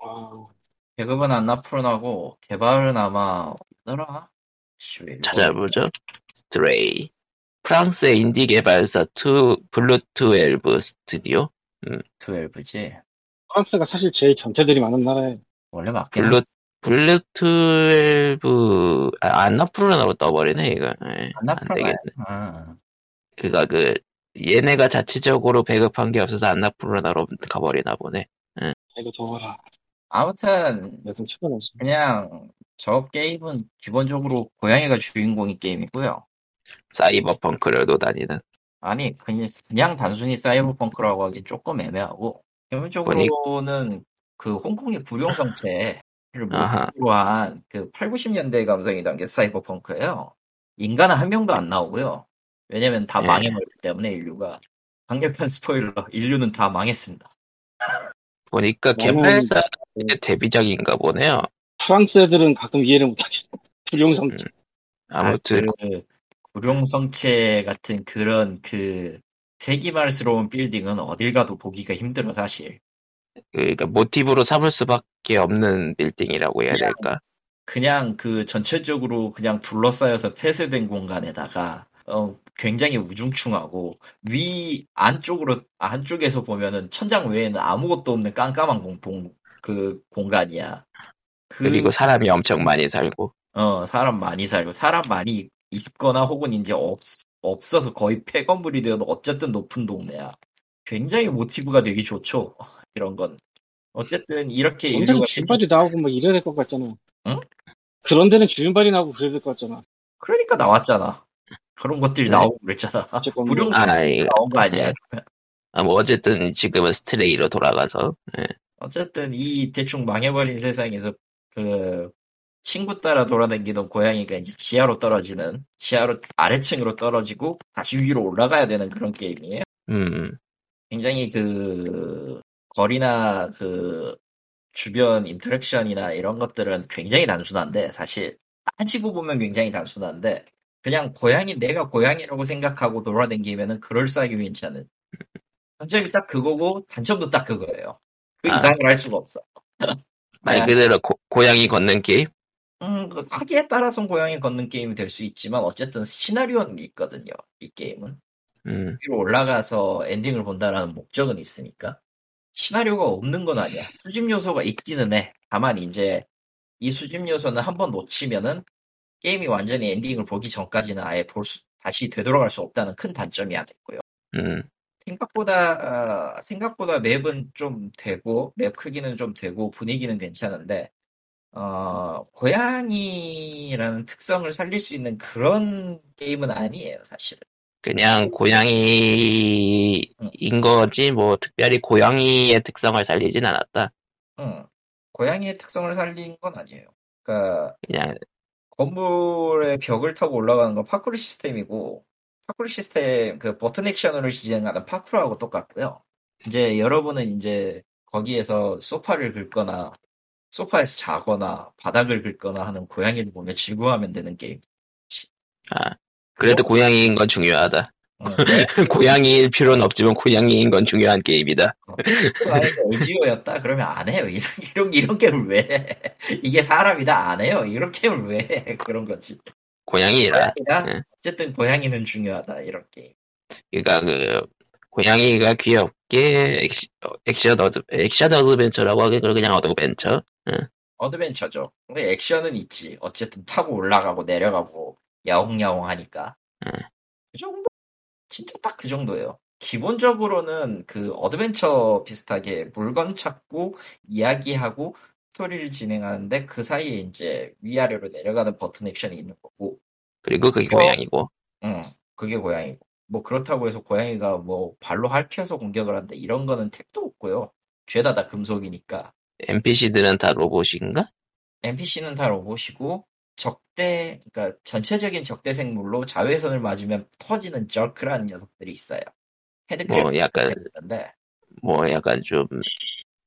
와우. 배급은 안나프론하고 개발은 아마 어디더라? 씨, 왜 이거- 찾아보죠. 스트레이. 프랑스의 인디 개발사 투 블루투엘브 스튜디오. 12지. 프랑스가 사실 제일 전체들이 많은 나라에 원래 맞긴 블루 블루투엘브 아, 안나프로나로 떠버리네 이거. 예, 안 안나프론 되겠네. 아, 그가 그 얘네가 자체적으로 배급한 게 없어서 안나프로나로 가버리나 보네. 이거 더워라 아무튼 내손 쳐다보지 그냥 저 게임은 기본적으로 고양이가 주인공인 게임이고요. 사이버펑크를 도다니는. 아니 그냥, 그냥 단순히 사이버펑크라고 하기 조금 애매하고 기본적으로는 그 홍콩의 불용성체를 아하. 모티브로 한그 8, 90년대 감성이 담긴 사이버펑크예요. 인간은 한 명도 안 나오고요. 왜냐면 다 예. 망해버렸기 때문에 인류가 강력한 스포일러 인류는 다 망했습니다. 음, 보니까 나는- 개발사의 네. 데뷔작인가 보네요. 프랑스 애들은 가끔 이해를 못하겠어 불용성 예. 음. 아무튼 아, 그 불용성체 같은 그런 그 세기말스러운 빌딩은 어딜 가도 보기가 힘들어 사실. 그러니까 모티브로 삼을 수밖에 없는 빌딩이라고 해야 될까. 그냥 그 전체적으로 그냥 둘러싸여서 폐쇄된 공간에다가 어, 굉장히 우중충하고 위 안쪽으로 안쪽에서 보면은 천장 외에는 아무것도 없는 깜깜한 공통 그 공간이야. 그, 그리고 사람이 엄청 많이 살고. 어 사람 많이 살고 사람 많이 있거나 혹은 이제 없 없어서 거의 폐건물이 되어도 어쨌든 높은 동네야. 굉장히 모티브가 되기 좋죠. 이런 건. 어쨌든 이렇게 완전 예, 인류가 주윤발이 나오고 막 이래야 될 것 같잖아. 응? 그런 데는 주윤발이 나오고 그래야 될 것 같잖아. 그러니까 나왔잖아. 그런 것들이 네. 나오고 그랬잖아. 어쨌건 뭐- 네. 불용- 아, 이 나온 거 아니야. 아, 뭐 어쨌든 지금은 스트레이로 돌아가서 예. 어쨌든 이 대충 망해버린 세상에서 그 친구 따라 돌아다니던 고양이가 이제 지하로 떨어지는 지하로 아래층으로 떨어지고 다시 위로 올라가야 되는 그런 게임이에요. 음, 굉장히 그 거리나 그 주변 인터랙션이나 이런 것들은 굉장히 단순한데 사실 따지고 보면 굉장히 단순한데 그냥 고양이 내가 고양이라고 생각하고 돌아다니면은 그럴싸하게 괜찮은 단점이 딱 그거고 단점도 딱 그거예요. 그 아. 이상을 할 수가 없어. 말 네. 그대로 고, 고양이 걷는 게임. 음, 그 하기에 따라서 고양이 걷는 게임이 될 수 있지만 어쨌든 시나리오는 있거든요. 이 게임은 음, 위로 올라가서 엔딩을 본다라는 목적은 있으니까 시나리오가 없는 건 아니야. 수집 요소가 있기는 해. 다만 이제 이 수집 요소는 한 번 놓치면은 게임이 완전히 엔딩을 보기 전까지는 아예 볼 수, 다시 되돌아갈 수 없다는 큰 단점이 안 됐고요. 음, 생각보다 아, 생각보다 맵은 좀 되고 맵 크기는 좀 되고 분위기는 괜찮은데 어 고양이라는 특성을 살릴 수 있는 그런 게임은 아니에요 사실. 그냥 고양이인 거지 뭐 특별히 고양이의 특성을 살리진 않았다. 응. 고양이의 특성을 살린 건 아니에요. 그러니까 그냥 건물의 벽을 타고 올라가는 건 파쿠르 시스템이고 파쿠르 시스템 그 버튼 액션으로 진행하는 파쿠르하고 똑같고요. 이제 여러분은 이제 거기에서 소파를 긁거나 소파에서 자거나 바닥을 긁거나 하는 고양이를 보며 즐거워하면 되는 게임. 아, 그래도 고양이인 건 중요하다. 응, 네. 고양이일 필요는 없지만 고양이인 건 중요한 게임이다. 만약에 LGO였다 아, 그러면 안 해요. 이상 이런 이런 게임을 왜? 해? 이게 사람이다 안 해요. 이런 게임을 왜? 해? 그런 거지. 고양이라. 응. 고양이다. 예. 어쨌든 고양이는 중요하다 이런 게임. 그러니까 그 고양이가 귀엽게 액시, 어, 액션 어드 액션 어드벤처라고 하긴 그걸 그냥 어드벤처. 어드벤처죠. 근데 액션은 있지. 어쨌든 타고 올라가고 내려가고 야옹야옹 하니까. 응. 그 정도? 진짜 딱 그 정도예요. 기본적으로는 그 어드벤처 비슷하게 물건 찾고 이야기하고 스토리를 진행하는데 그 사이에 이제 위아래로 내려가는 버튼 액션이 있는 거고. 그리고 그게 어. 고양이고. 응, 그게 고양이고. 뭐 그렇다고 해서 고양이가 뭐 발로 핥혀서 공격을 한다 이런 거는 택도 없고요. 죄다 다 금속이니까. NPC들은 다 로봇인가? NPC는 다 로봇이고 적대 그러니까 전체적인 적대 생물로 자외선을 맞으면 터지는 저크라는 녀석들이 있어요. 헤드크랩 뭐 약간 있는데 뭐 약간 좀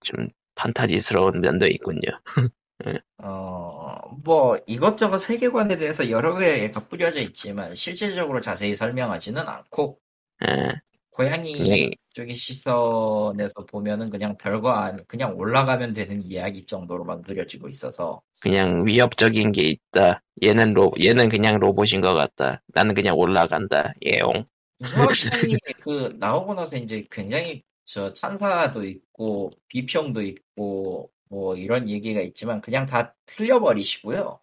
좀 판타지스러운 면도 있군요. 어뭐 이것저것 세계관에 대해서 여러 개가 뿌려져 있지만 실질적으로 자세히 설명하지는 않고 예, 고양이 그냥 쪽의 시선에서 보면은 그냥 별거 아니 그냥 올라가면 되는 이야기 정도로만 그려지고 있어서 그냥 위협적인 게 있다. 얘는 로 얘는 그냥 로봇인 것 같다. 나는 그냥 올라간다. 예옹. 수학장이 네, 그 나오고 나서 이제 굉장히 저 찬사도 있고 비평도 있고 뭐 이런 얘기가 있지만 그냥 다 틀려버리시고요.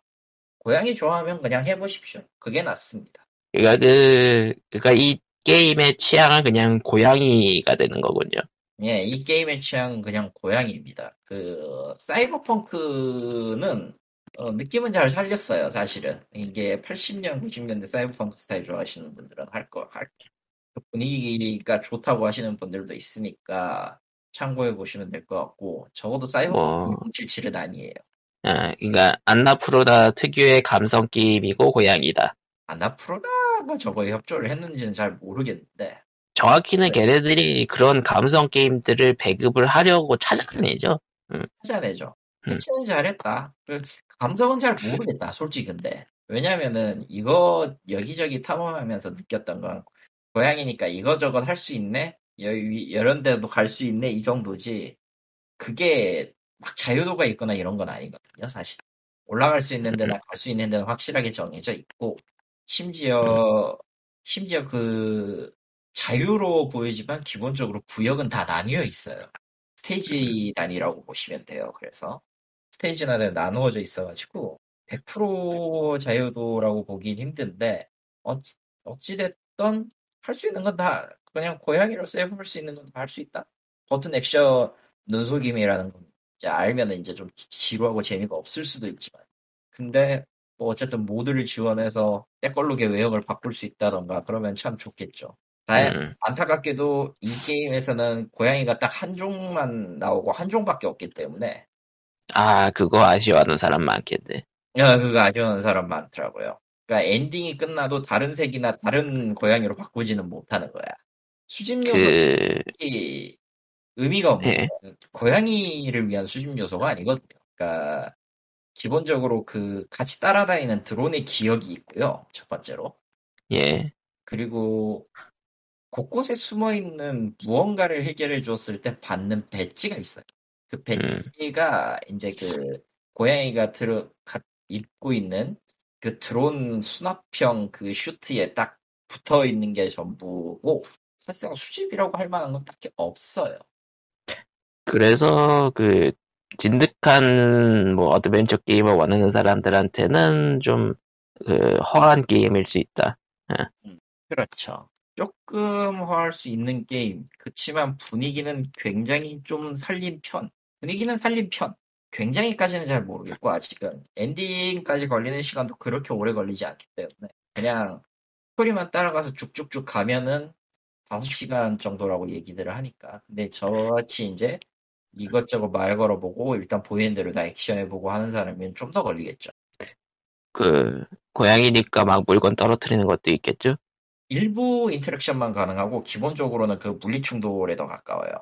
고양이 좋아하면 그냥 해보십시오. 그게 낫습니다. 그러니까 그 그러니까 이 게임의 취향은 그냥 고양이가 되는 거군요. 예, 이 게임의 취향은 그냥 고양이입니다. 그 사이버펑크는 어, 느낌은 잘 살렸어요, 사실은. 이게 80년, 90년대 사이버펑크 스타일 좋아하시는 분들은 할 거, 할, 그 분위기가 좋다고 하시는 분들도 있으니까 참고해 보시면 될 것 같고, 적어도 뭐. 사이버펑크 2077은 아니에요. 아, 그러니까 안나프로다 특유의 감성 게임이고 고양이다. 아나프로다가 저거에 협조를 했는지는 잘 모르겠는데, 정확히는 네. 걔네들이 그런 감성 게임들을 배급을 하려고 찾아내죠. 찾아내죠. 음. 해치는 잘했다. 그 감성은 잘 모르겠다, 솔직히 근데. 왜냐면은 이거 여기저기 탐험하면서 느꼈던 건 고양이니까 이거저것 할 수 있네? 여, 이런 데도 갈 수 있네? 이 정도지. 그게 막 자유도가 있거나 이런 건 아니거든요, 사실. 올라갈 수 있는 데나 갈 수 있는 데는 확실하게 정해져 있고, 심지어, 심지어 그 자유로 보이지만 기본적으로 구역은 다 나뉘어 있어요. 스테이지 단위라고 보시면 돼요. 그래서 스테이지 단위로 나누어져 있어가지고 100% 자유도라고 보긴 힘든데 어찌, 어찌됐던 할 수 있는 건 다 그냥 고양이로서 해볼 수 있는 건 다 할 수 있다. 버튼 액션 눈속임이라는 건 이제 알면 이제 좀 지루하고 재미가 없을 수도 있지만, 근데 뭐 어쨌든 모드를 지원해서 때걸로게 외형을 바꿀 수 있다던가 그러면 참 좋겠죠. 다 음, 안타깝게도 이 게임에서는 고양이가 딱 한 종만 나오고 한 종밖에 없기 때문에 아 그거 아쉬워하는 사람 많겠네. 야, 그거 아쉬운 사람 많더라고요. 그러니까 엔딩이 끝나도 다른 색이나 다른 고양이로 바꾸지는 못하는 거야. 수집 요소 그 특히 의미가 없는 예. 거예요. 고양이를 위한 수집 요소가 아니거든요. 그러니까 기본적으로 그 같이 따라다니는 드론의 기억이 있고요. 첫 번째로. 예. 그리고 곳곳에 숨어 있는 무언가를 해결해 줬을 때 받는 배지가 있어요. 그 음. 배지가 이제 그 고양이가 들어 가- 입고 있는 그 드론 수납형 그 슈트에 딱 붙어 있는 게 전부고 사실상 수집이라고 할 만한 건 딱히 없어요. 그래서 그 진득한 뭐 어드벤처 게임을 원하는 사람들한테는 좀 그 허한 게임일 수 있다. 그렇죠. 조금 허할 수 있는 게임. 그치만 분위기는 굉장히 좀 살린 편. 분위기는 살린 편. 굉장히까지는 잘 모르겠고, 아직은. 엔딩까지 걸리는 시간도 그렇게 오래 걸리지 않기 때문에. 그냥 스토리만 따라가서 쭉쭉쭉 가면은 5시간 정도라고 얘기들을 하니까. 근데 저같이 이제 이것저것 말 걸어보고, 일단 보이는 대로 다 액션해보고 하는 사람이면 좀 더 걸리겠죠. 그 고양이니까 막 물건 떨어뜨리는 것도 있겠죠? 일부 인터랙션만 가능하고, 기본적으로는 그 물리 충돌에 더 가까워요.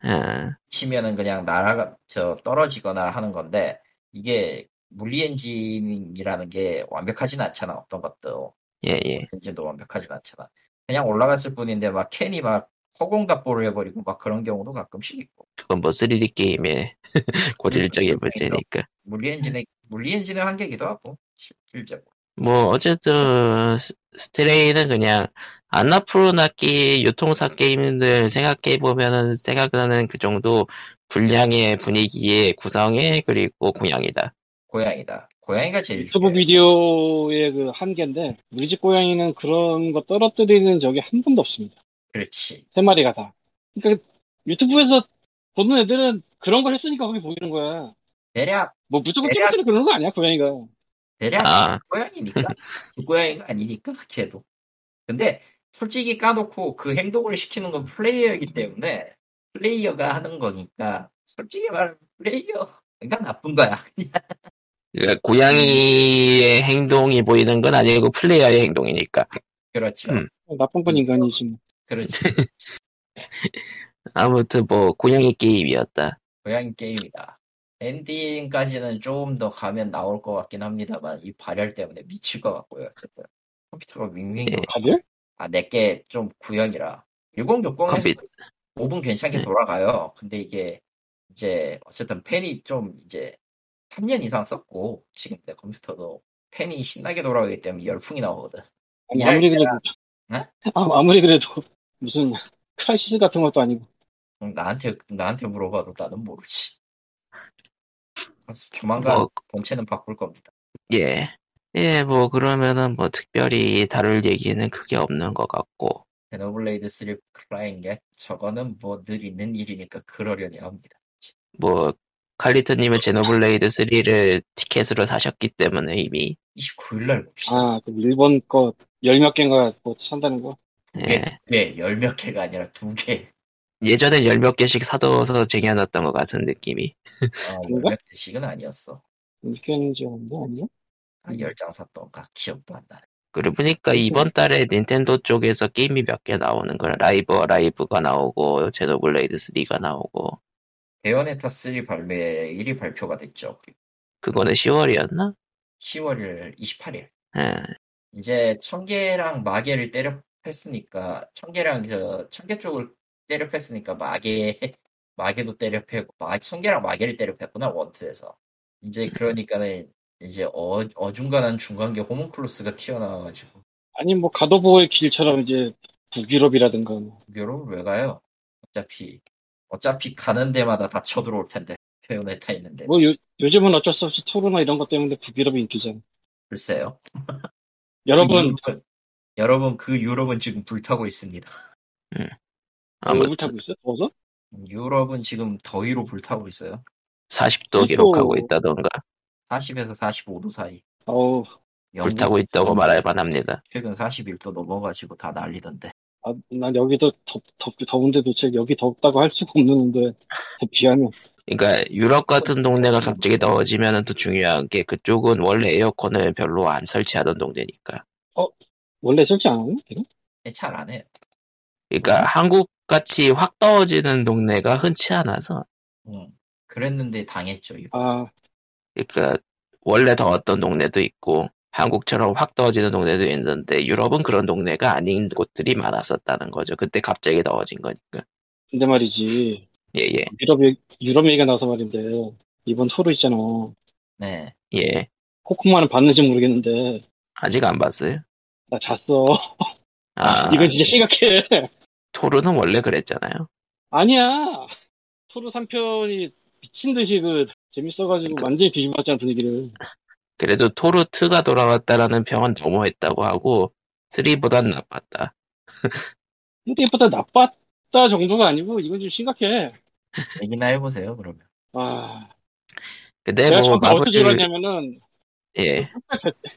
아, 치면은 그냥 날아가 저 떨어지거나 하는 건데 이게 물리 엔진이라는 게 완벽하진 않잖아 어떤 것도 예, 예. 엔진도 완벽하진 않잖아 그냥 올라갔을 뿐인데 막 캔이 막 허공답보를 해버리고 막 그런 경우도 가끔씩 있고 그건 뭐 3D 게임의 고질적인 문제니까. 음. 물리 엔진의 물리 엔진의 한계기도 하고 실제로 뭐 어쨌든 스- 스트레이는 그냥 안나푸르나키 유통사 게임들 생각해 보면은 생각나는 그 정도 분량의 분위기의 구성에 그리고 고양이다. 고양이다 고양이가 제일 유튜브 중요해. 비디오의 그 한계인데 우리 집 고양이는 그런 거 떨어뜨리는 적이 한 번도 없습니다. 그렇지 세 마리가 다. 그러니까 유튜브에서 보는 애들은 그런 걸 했으니까 거기 보이는 거야. 대략 뭐 무조건 대략- 떨어뜨리는 그런 거 아니야 고양이가. 대략 아, 고양이니까 고양이가 아니니까 걔도 근데 솔직히 까놓고 그 행동을 시키는 건 플레이어이기 때문에 플레이어가 하는 거니까 솔직히 말하면 플레이어가 나쁜 거야 그러니까 고양이의 행동이 보이는 건 아니고 플레이어의 행동이니까. 그렇죠 음. 나쁜 건 인간이지. 뭐. 그렇지 아무튼 뭐 고양이 게임이었다. 고양이 게임이다 엔딩까지는 조금 더 가면 나올 것 같긴 합니다만 이 발열 때문에 미칠 것 같고요 어쨌든 컴퓨터가 윙윙 돌아 다들? 아 내게 좀 구형이라 1060에서 컴퓨- 5분 괜찮게 네. 돌아가요. 근데 이게 이제 어쨌든 팬이 좀 이제 3년 이상 썼고 지금 내 컴퓨터도 팬이 신나게 돌아가기 때문에 열풍이 나오거든. 아니, 일할 아무리 그래도 네? 아, 무리 그래도 무슨 크라이시스 같은 것도 아니고 그럼 나한테 나한테 물어봐도 나는 모르지. 그래서 조만간 뭐 본체는 바꿀 겁니다. 예. 예, 뭐 그러면은 뭐 특별히 다룰 얘기는 크게 없는 것 같고. 데노블레이드 3 클라잉게 저거는 뭐 늘 있는 일이니까 그러려니 합니다. 뭐 칼리토님은 제노블레이드 3를 티켓으로 사셨기 때문에 이미 29일날 봅시다. 아그 일본 거 열 몇 개인가 뭐 산다는 거. 예. 네, 열몇 개가 아니라 두 개. 예전엔 열 몇 개씩 사둬서 쟁여놨던 것 같은 느낌이 아, 뭔가? 열몇 개씩은 아니었어. 몇 개인지 아는데 아니야? 한 열 장 샀던가 기억도 안 나네. 그러고 보니까 이번 달에 닌텐도 쪽에서 게임이 몇 개 나오는 거라 라이브 라이브가 나오고 제노블레이드 3가 나오고 베요네타 3 발매 일이 발표가 됐죠. 그거는 10월이었나? 10월 28일. 예. 이제 청계랑 마계를 때려 팼으니까 청계랑 저 청계 쪽을 때려 팼으니까 마계 마계도 때려 패고 마, 청계랑 마계를 때려 팼구나 원투에서. 이제 그러니까는 이제 어, 어중간한 중간계 호문클로스가 튀어나와가지고 아니 뭐 가도보의 길처럼 이제 북유럽이라든가 뭐. 유럽을 왜 가요? 어차피 어차피 가는 데마다 다 쳐들어올 텐데 베요네타 있는데 뭐 요, 요즘은 어쩔 수 없이 토론이나 이런 것 때문에 북유럽이 인기잖아. 글쎄요. 여러분 음, 그 유럽은- 여러분 그 유럽은 지금 불타고 있습니다. 얼굴 아무튼 그 타고 있어? 더워서? 유럽은 지금 더위로 불타고 있어요. 40도 또- 기록하고 있다던가 40에서 45도 사이. 어우, 영국 불타고 있다고 말할 만합니다. 최근 41도 넘어가지고 다 난리던데. 아, 난 여기도 덥, 덥, 더운데 도대체 여기 덥다고 할 수가 없는데, 비하면. 그러니까 유럽 같은 동네가 갑자기 더워지면 또 중요한 게 그쪽은 원래 에어컨을 별로 안 설치하던 동네니까. 원래 설치 안 하나? 걔는? 잘 안 해요. 그러니까 한국 같이 확 더워지는 동네가 흔치 않아서. 응. 그랬는데 당했죠. 이거. 아, 그러니까 원래 더웠던 동네도 있고 한국처럼 확 더워지는 동네도 있는데 유럽은 그런 동네가 아닌 곳들이 많았었다는 거죠. 그때 갑자기 더워진 거니까. 근데 말이지. 예예 유럽, 얘기- 유럽 얘기가 나서 말인데, 이번 토르 있잖아. 네. 예, 코코마는 봤는지 모르겠는데, 아직 안 봤어요. 나 잤어. 아 이건 진짜 심각해. 토르는 원래 그랬잖아요. 아니야. 토르 3편이 미친 듯이 그, 재밌어가지고 그러니까- 완전히 뒤집어놨잖아, 분위기를. 그래도 토르 2가 돌아왔다라는 평은 너무했다고 하고 3보단 나빴다. 근데 이보다 나빴다 정도가 아니고, 이건 좀 심각해. 얘기나 해보세요. 그러면. 아, 근데 내가 뭐 저한테 어떻게 마블 졸았냐면은, 예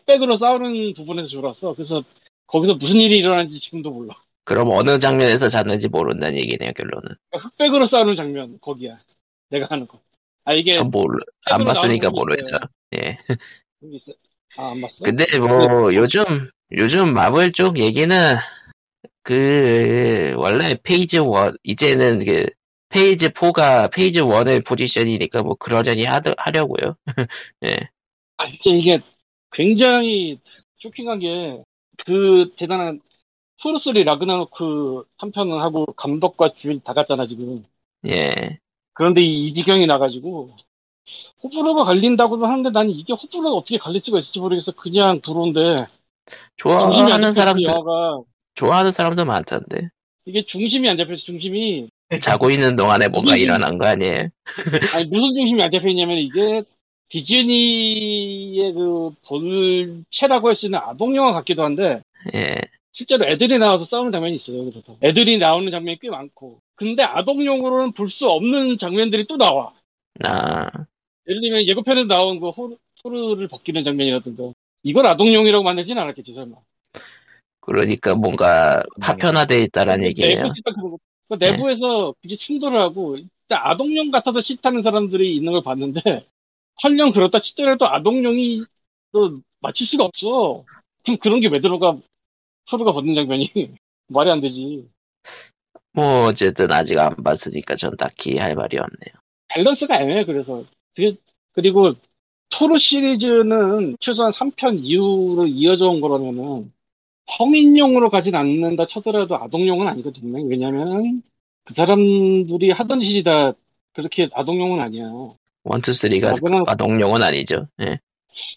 백으로 싸우는 부분에서 졸았어. 그래서 거기서 무슨 일이 일어났는지 지금도 몰라. 그럼 어느 장면에서 잤는지 모른다는 얘기네요 결론은. 흑백으로 싸우는 장면 거기야. 내가 하는 거. 아 이게 전 모르 안 앱으로 봤으니까 나오는 거 모르죠. 있어요. 예. 여기 있어. 아, 안 봤어? 근데 뭐 요즘 요즘 마블 쪽 얘기는 그 원래 페이지 1 이제는 그 페이지 4가 페이지 1의 포지션이니까 뭐 그러려니 하 하려고요. 아, 진짜 이게 굉장히 쇼킹한 게 그 대단한 프로스리 라그나노크 한 편은 하고 감독과 주인 다 갔잖아 지금. 예. 그런데 이, 이 지경이 나가지고 호불호가 갈린다고도 하는데 난 이게 호불호가 어떻게 갈릴 수가 있을지 모르겠어. 그냥 불호인데 중심이 좋아하는 안 잡혀서 이 사람들 영화가 좋아하는 사람도 많던데. 이게 중심이 안 잡혀서 중심이 자고 있는 동안에 뭔가 무슨- 일어난 거 아니에요? 아니, 무슨 중심이 안 잡혀있냐면, 이게, 디즈니의 그, 본체라고 할 수 있는 아동영화 같기도 한데, 예. 실제로 애들이 나와서 싸우는 장면이 있어요, 그래서. 애들이 나오는 장면이 꽤 많고. 근데 아동용으로는 볼 수 없는 장면들이 또 나와. 아, 예를 들면, 예고편에 나온 그 호르, 토르를 벗기는 장면이라든가. 이걸 아동용이라고 만들진 않았겠지, 설마. 그러니까 뭔가 파편화돼 있다라는 얘기네요. 그러니까 내부 집단 그런 거. 그 내부에서 그게 충돌을 하고 일단 아동용 같아서 싫다는 사람들이 있는 걸 봤는데 설령 그렇다 치더라도 아동용이 또 맞출 수가 없어. 그럼 그런 게 왜 들어가 서로가 벗는 장면이 말이 안 되지. 뭐 어쨌든 아직 안 봤으니까 전 딱히 할 말이 없네요. 밸런스가 애매해 그래서 그게- 그리고 토르 시리즈는 최소한 3편 이후로 이어져 온 거라면은 성인용으로 가진 않는다 쳐더라도 아동용은 아니거든요. 왜냐면 그 사람들이 하던 짓이 다 그렇게 아동용은 아니야. 원투 쓰리가 나그나- 아동용은 아니죠. 예.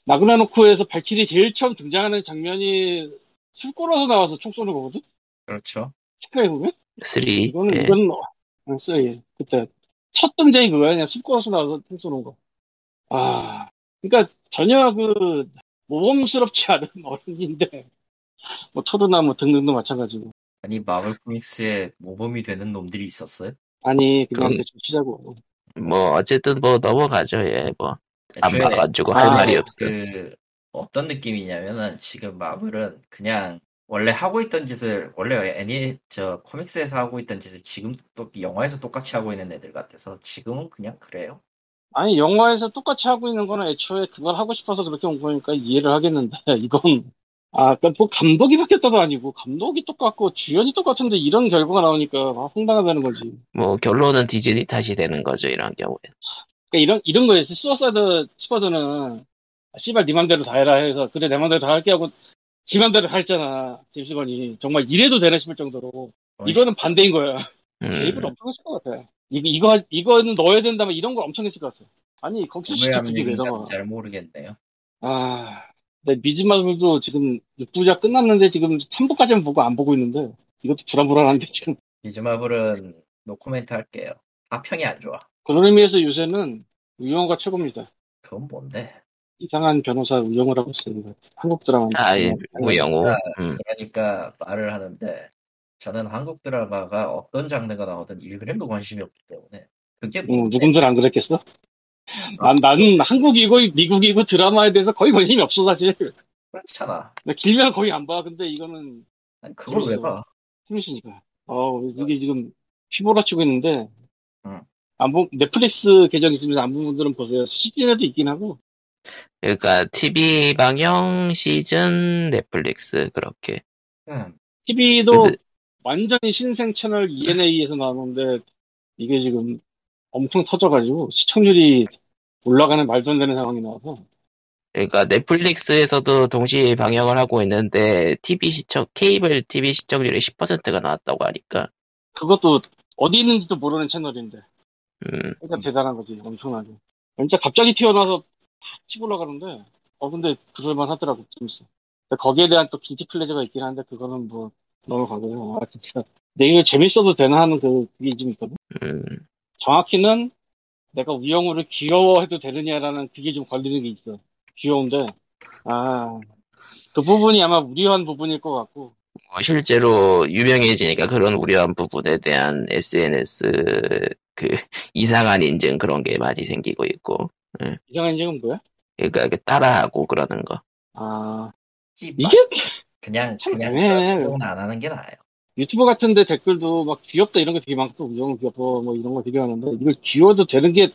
나그나노크에서 발키리 제일 처음 등장하는 장면이 술 꼬라서 나와서 총 쏘는 거거든? 그렇죠. 체크해 보면? 쓰리. 이거는, 예. 이건, 뭐, 안 써, 예. 그때. 첫 등장이 그거야. 그냥 숲걸어서 나와서 총 쏘는 거. 아, 그러니까 전혀 그, 모범스럽지 않은 어른인데, 뭐, 토르나 뭐 등등도 마찬가지고. 아니 마블 코믹스에 모범이 되는 놈들이 있었어요? 아니, 그냥 그럼- 대충 치자고. 뭐 어쨌든 뭐 넘어가죠. 예. 뭐안 봐가지고 할 아, 말이 없어. 그 어떤 느낌이냐면은 지금 마블은 그냥 원래 하고 있던 짓을 원래 애니 저 코믹스에서 하고 있던 짓을 지금 또 영화에서 똑같이 하고 있는 애들 같아서 지금은 그냥 그래요. 아니, 영화에서 똑같이 하고 있는 거는 애초에 그걸 하고 싶어서 그렇게 온 거니까 이해를 하겠는데, 이건, 아, 그러니까 뭐 감독이 바뀌었다도 아니고, 감독이 똑같고, 주연이 똑같은데 이런 결과가 나오니까, 아, 황당하다는 거지. 뭐 결론은 디즈니 탓이 되는 거죠. 이런 경우에. 그러니까 이런 이런 거였어. 수어사드 스쿼드는 아, 씨발 네 맘대로 다 해라 해서 그래 내 맘대로 다 할게 하고 지 맘대로 다 했잖아. 짐스건이 정말 이래도 되나 싶을 정도로 이거는 반대인 거야. 음, 일부러 엄청 했을 것 같아. 이거 이거 이거는 넣어야 된다면 이런 걸 엄청 했을 것 같아. 아니 거기서 진짜 오해하면 그게 왜 나와? 잘 마모르겠네요. 아, 내 미즈마블도 지금 6부작 끝났는데 지금 3부까지는 보고 안 보고 있는데 이것도 불안불안한데 지금. 이즈 마블은 노코멘트 할게요. 다 평이 안 좋아. 그런 의미에서 요새는 우영우가 최고입니다. 그건 뭔데? 이상한 변호사 우영우라고 예. 하고 있습니다. 한국 네. 드라마. 아, 예. 뭐 영호. 그러니까, 음. 그러니까 말을 하는데 저는 한국 드라마가 어떤 장르가 나오든 1그램도 관심이 없기 때문에 그게 음, 누군들 안 그랬겠어? 난, 나는 한국이고 미국이고 드라마에 대해서 거의 관심이 없어 사실. 그렇잖아. 나 길면 거의 안 봐. 근데 이거는 아니, 그걸 왜 재밌어. 봐? 힘이시니까. 어 이게 지금 피보라치고 있는데 응. 안 보, 넷플릭스 계정 있으면서 안 본 분들은 보세요. 시즌에도 있긴 하고. 그러니까 TV 방영 시즌 넷플릭스 그렇게. 음, TV도 근데- 완전히 신생 채널 ENA에서 나오는데 이게 지금 엄청 터져가지고 시청률이 올라가는 말도 안 되는 상황이 나와서 그러니까 넷플릭스에서도 동시 방영을 하고 있는데 TV 시청 케이블 TV 시청률이 10%가 나왔다고 하니까 그것도 어디 있는지도 모르는 채널인데 음, 그러니까 대단한 거지 엄청나게 진짜 갑자기 튀어나와서 팍 치고 올라가는데 어 근데 그럴만 하더라고 재밌어 근데 거기에 대한 또 긴티 플레저가 있긴 한데 그거는 뭐 너무 가고요 아 진짜 근데 이거 재밌어도 되나 하는 그 그게 좀 있거든 음. 정확히는 내가 우영우를 귀여워해도 되느냐라는 그게 좀 걸리는 게 있어. 귀여운데, 아, 그 부분이 아마 무리한 부분일 것 같고, 뭐 실제로 유명해지니까 그런 우려한 부분에 대한 SNS 그 이상한 인증 그런 게 많이 생기고 있고 이상한 점은 뭐야? 그러니까 이렇게 따라하고 그러는 거. 아, 씨발. 이게 그냥 참 네. 그냥 애매해. 그건 안 하는 게 나아요. 유튜브 같은데 댓글도 막 귀엽다 이런 거 되게 많고, 우영우 귀엽고 뭐 이런 거 되게 많은데, 이걸 귀여워도 되는 게